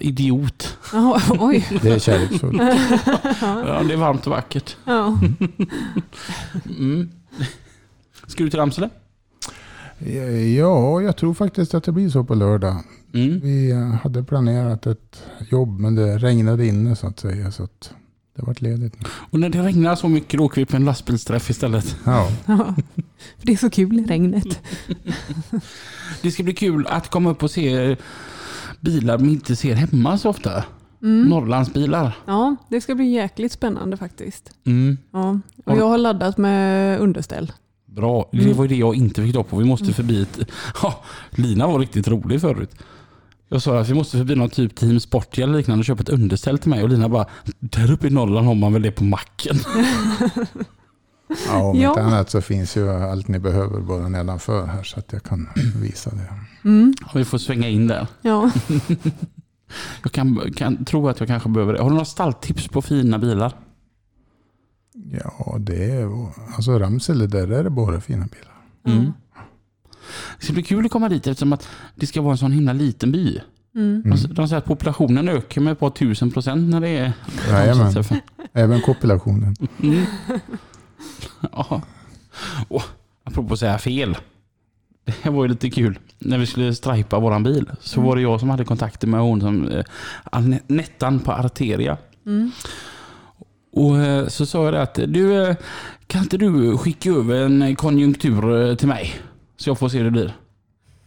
Speaker 1: Idiot.
Speaker 2: Jaha, oj.
Speaker 5: Det är kärleksfullt.
Speaker 1: Ja, det är varmt och vackert.
Speaker 2: Ja.
Speaker 1: Mm. Ska du till Ramsele?
Speaker 5: Ja, jag tror faktiskt att det blir så på lördag.
Speaker 1: Mm.
Speaker 5: Vi eh, hade planerat ett jobb men det regnade inne så att säga. Så att det vart ledigt. nu.
Speaker 1: Och när det regnar så mycket då åker vi på en lastbilsträff istället.
Speaker 5: Ja,
Speaker 2: ja. För det är så kul i regnet.
Speaker 1: Det ska bli kul att komma upp och se bilar man inte ser hemma så ofta.
Speaker 2: Mm.
Speaker 1: Norrlandsbilar.
Speaker 2: Ja, det ska bli jäkligt spännande faktiskt.
Speaker 1: Mm.
Speaker 2: Ja. Och jag har laddat med underställ.
Speaker 1: Bra, det var ju det jag inte fick tag på. Vi måste förbi ett... Ja, Lina var riktigt rolig förut. Jag sa att vi måste förbi någon typ Team Sportia eller liknande och köpa ett underställ till mig och Lina bara Där uppe i Norrland har man väl det på macken.
Speaker 5: ja om
Speaker 2: Ja.
Speaker 5: inte annat så finns ju allt ni behöver bara nedanför här så att jag kan visa det.
Speaker 2: Mm.
Speaker 1: Ja, Vi får svänga in där.
Speaker 2: Ja.
Speaker 1: Jag kan, kan tro att jag kanske behöver det. Har du några stalltips på fina bilar?
Speaker 5: Ja, det är... Alltså Ramsele, där är det bara fina bilar.
Speaker 2: Mm.
Speaker 1: Det ska bli kul att komma dit eftersom att det ska vara en sån himla liten by.
Speaker 2: Mm.
Speaker 1: De-
Speaker 5: Mm.
Speaker 1: De säger att populationen ökar med ett par tusen procent när det är
Speaker 2: Alltså,
Speaker 5: Jajamän.
Speaker 1: Ramsele-träffen.
Speaker 5: Även kopulationen.
Speaker 1: Mm. Ja. Åh, apropå att säga fel. Det här var ju lite kul. När vi skulle strajpa våran bil så var det jag som hade kontakter med hon som eh, Anne- Nettan på Arteria.
Speaker 2: Mm.
Speaker 1: Och eh, så sa jag det att du, eh, kan inte du skicka över en konjunktur eh, till mig? Så jag får se hur det blir.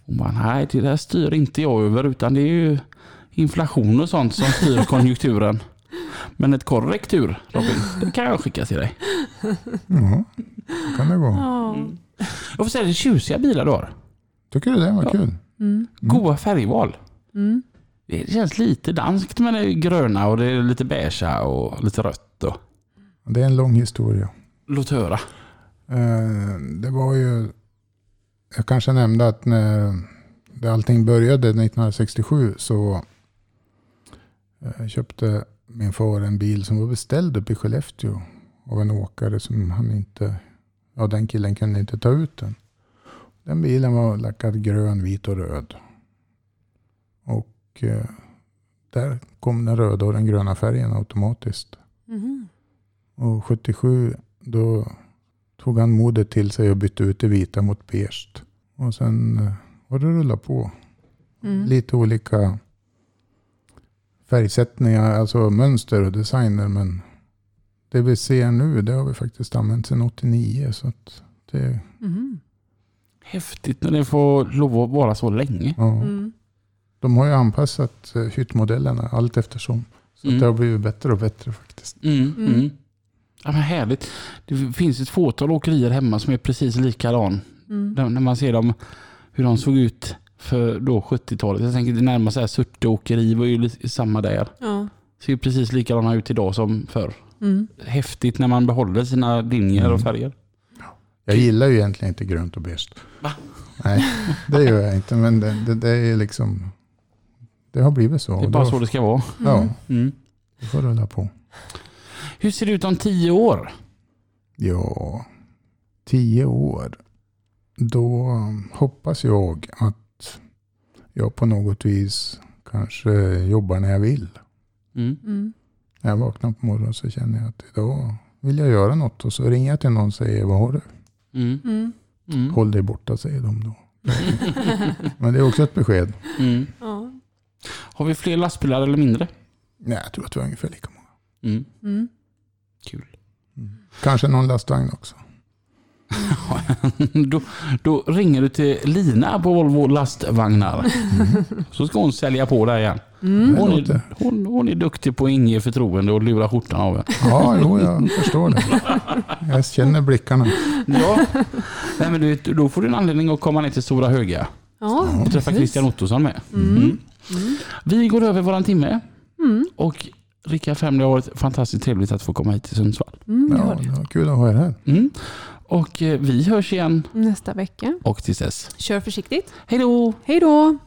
Speaker 1: Hon bara, nej det där styr inte jag över utan det är ju inflation och sånt som styr konjunkturen. Men ett korrektur Robin, det kan jag skicka till dig.
Speaker 5: Ja, så kan det gå.
Speaker 2: Mm. Ja.
Speaker 1: Jag får säga det är tjusiga bilar du har.
Speaker 5: Tycker du det var
Speaker 1: Ja.
Speaker 5: kul?
Speaker 2: Mm.
Speaker 1: Goa färgval.
Speaker 2: Mm.
Speaker 1: Det känns lite danskt men det är gröna och det är lite beigea och lite rött. Och...
Speaker 5: Det är en lång historia.
Speaker 1: Låt höra.
Speaker 5: Eh, Det var ju... Jag kanske nämnde att när det allting började 1967 så eh, köpte min far en bil som var beställd uppe i Skellefteå av en åkare som han inte... Ja, den killen kunde inte ta ut den. Den bilen var lackad grön, vit och röd. Och eh, där kom den röda och den gröna färgen automatiskt.
Speaker 2: Mhm.
Speaker 5: Och 77 då tog han modet till sig och bytte ut det vita mot beige. Och sen eh, har det rullat på.
Speaker 2: Mm.
Speaker 5: Lite olika färgsättningar, alltså mönster och designer. Men det vi ser nu det har vi faktiskt använt sedan 89. Så att det,
Speaker 2: Mhm.
Speaker 1: Häftigt när det får lov att vara så länge.
Speaker 5: ja.
Speaker 2: Mm.
Speaker 5: De har ju anpassat eh, hyttmodellerna allt eftersom. Så
Speaker 1: Mm.
Speaker 5: att det har blivit bättre och bättre faktiskt.
Speaker 1: Mm,
Speaker 2: Mm.
Speaker 1: mm. Ja, men härligt. Det finns ett fåtal åkerier hemma som är precis likadan.
Speaker 2: Mm.
Speaker 1: När, när man ser dem, hur de såg ut för då 70-talet. Jag tänker det närmast så här Surte åkeri var ju li- samma där.
Speaker 2: Ja.
Speaker 1: Ser ju precis likadana ut idag som förr.
Speaker 2: Mm.
Speaker 1: Häftigt när man behåller sina linjer
Speaker 5: Mm.
Speaker 1: och färger.
Speaker 5: Jag gillar ju egentligen inte grönt och beige.
Speaker 1: Va?
Speaker 5: Nej, det gör jag inte. Men det, det, det är liksom... Det har blivit så.
Speaker 1: Det är
Speaker 5: och
Speaker 1: bara
Speaker 5: då-
Speaker 1: så det ska vara.
Speaker 5: Ja,
Speaker 1: Mm.
Speaker 5: det får rulla på.
Speaker 1: Hur ser det ut om tio år?
Speaker 5: Ja, tio år. Då hoppas jag att jag på något vis kanske jobbar när jag vill.
Speaker 1: Mm.
Speaker 2: Mm.
Speaker 5: När jag vaknar på morgonen så känner jag att idag vill jag göra något. Och så ringer jag till någon och säger vad har du?
Speaker 1: Mm.
Speaker 2: Mm.
Speaker 1: Mm.
Speaker 5: Håll dig borta säger de då. Men det är också ett besked.
Speaker 1: Mm.
Speaker 2: Ja.
Speaker 1: Har vi fler lastbilar eller mindre?
Speaker 5: Nej, jag tror att vi har ungefär lika många.
Speaker 1: Mm.
Speaker 2: Mm.
Speaker 1: Kul.
Speaker 5: Kanske någon lastvagn också.
Speaker 1: Mm, då, då ringer du till Lina på Volvo lastvagnar. Så ska hon sälja på dig igen.
Speaker 2: Mm.
Speaker 5: Det
Speaker 1: Hon
Speaker 5: låter-
Speaker 1: är, hon, hon är duktig på att inge förtroende och lura skjortan av er.
Speaker 5: Ja, jo, jag förstår det. Jag känner blickarna.
Speaker 1: Ja. Nej, men du, vet, då får du en anledning att komma ner till Stora Höga
Speaker 2: Ja,
Speaker 1: och träffa Christian Ottosson med. Mm. Vi går över våran timme. Och Rickard Fem, det har varit fantastiskt trevligt att få komma hit till Sundsvall.
Speaker 2: mm, jag
Speaker 5: Ja,
Speaker 2: hör det.
Speaker 5: det var kul att ha er här.
Speaker 1: Mm. Och eh, vi hörs igen
Speaker 2: Nästa vecka.
Speaker 1: och tills dess.
Speaker 2: Kör försiktigt.
Speaker 1: Hej då!
Speaker 2: Hej då!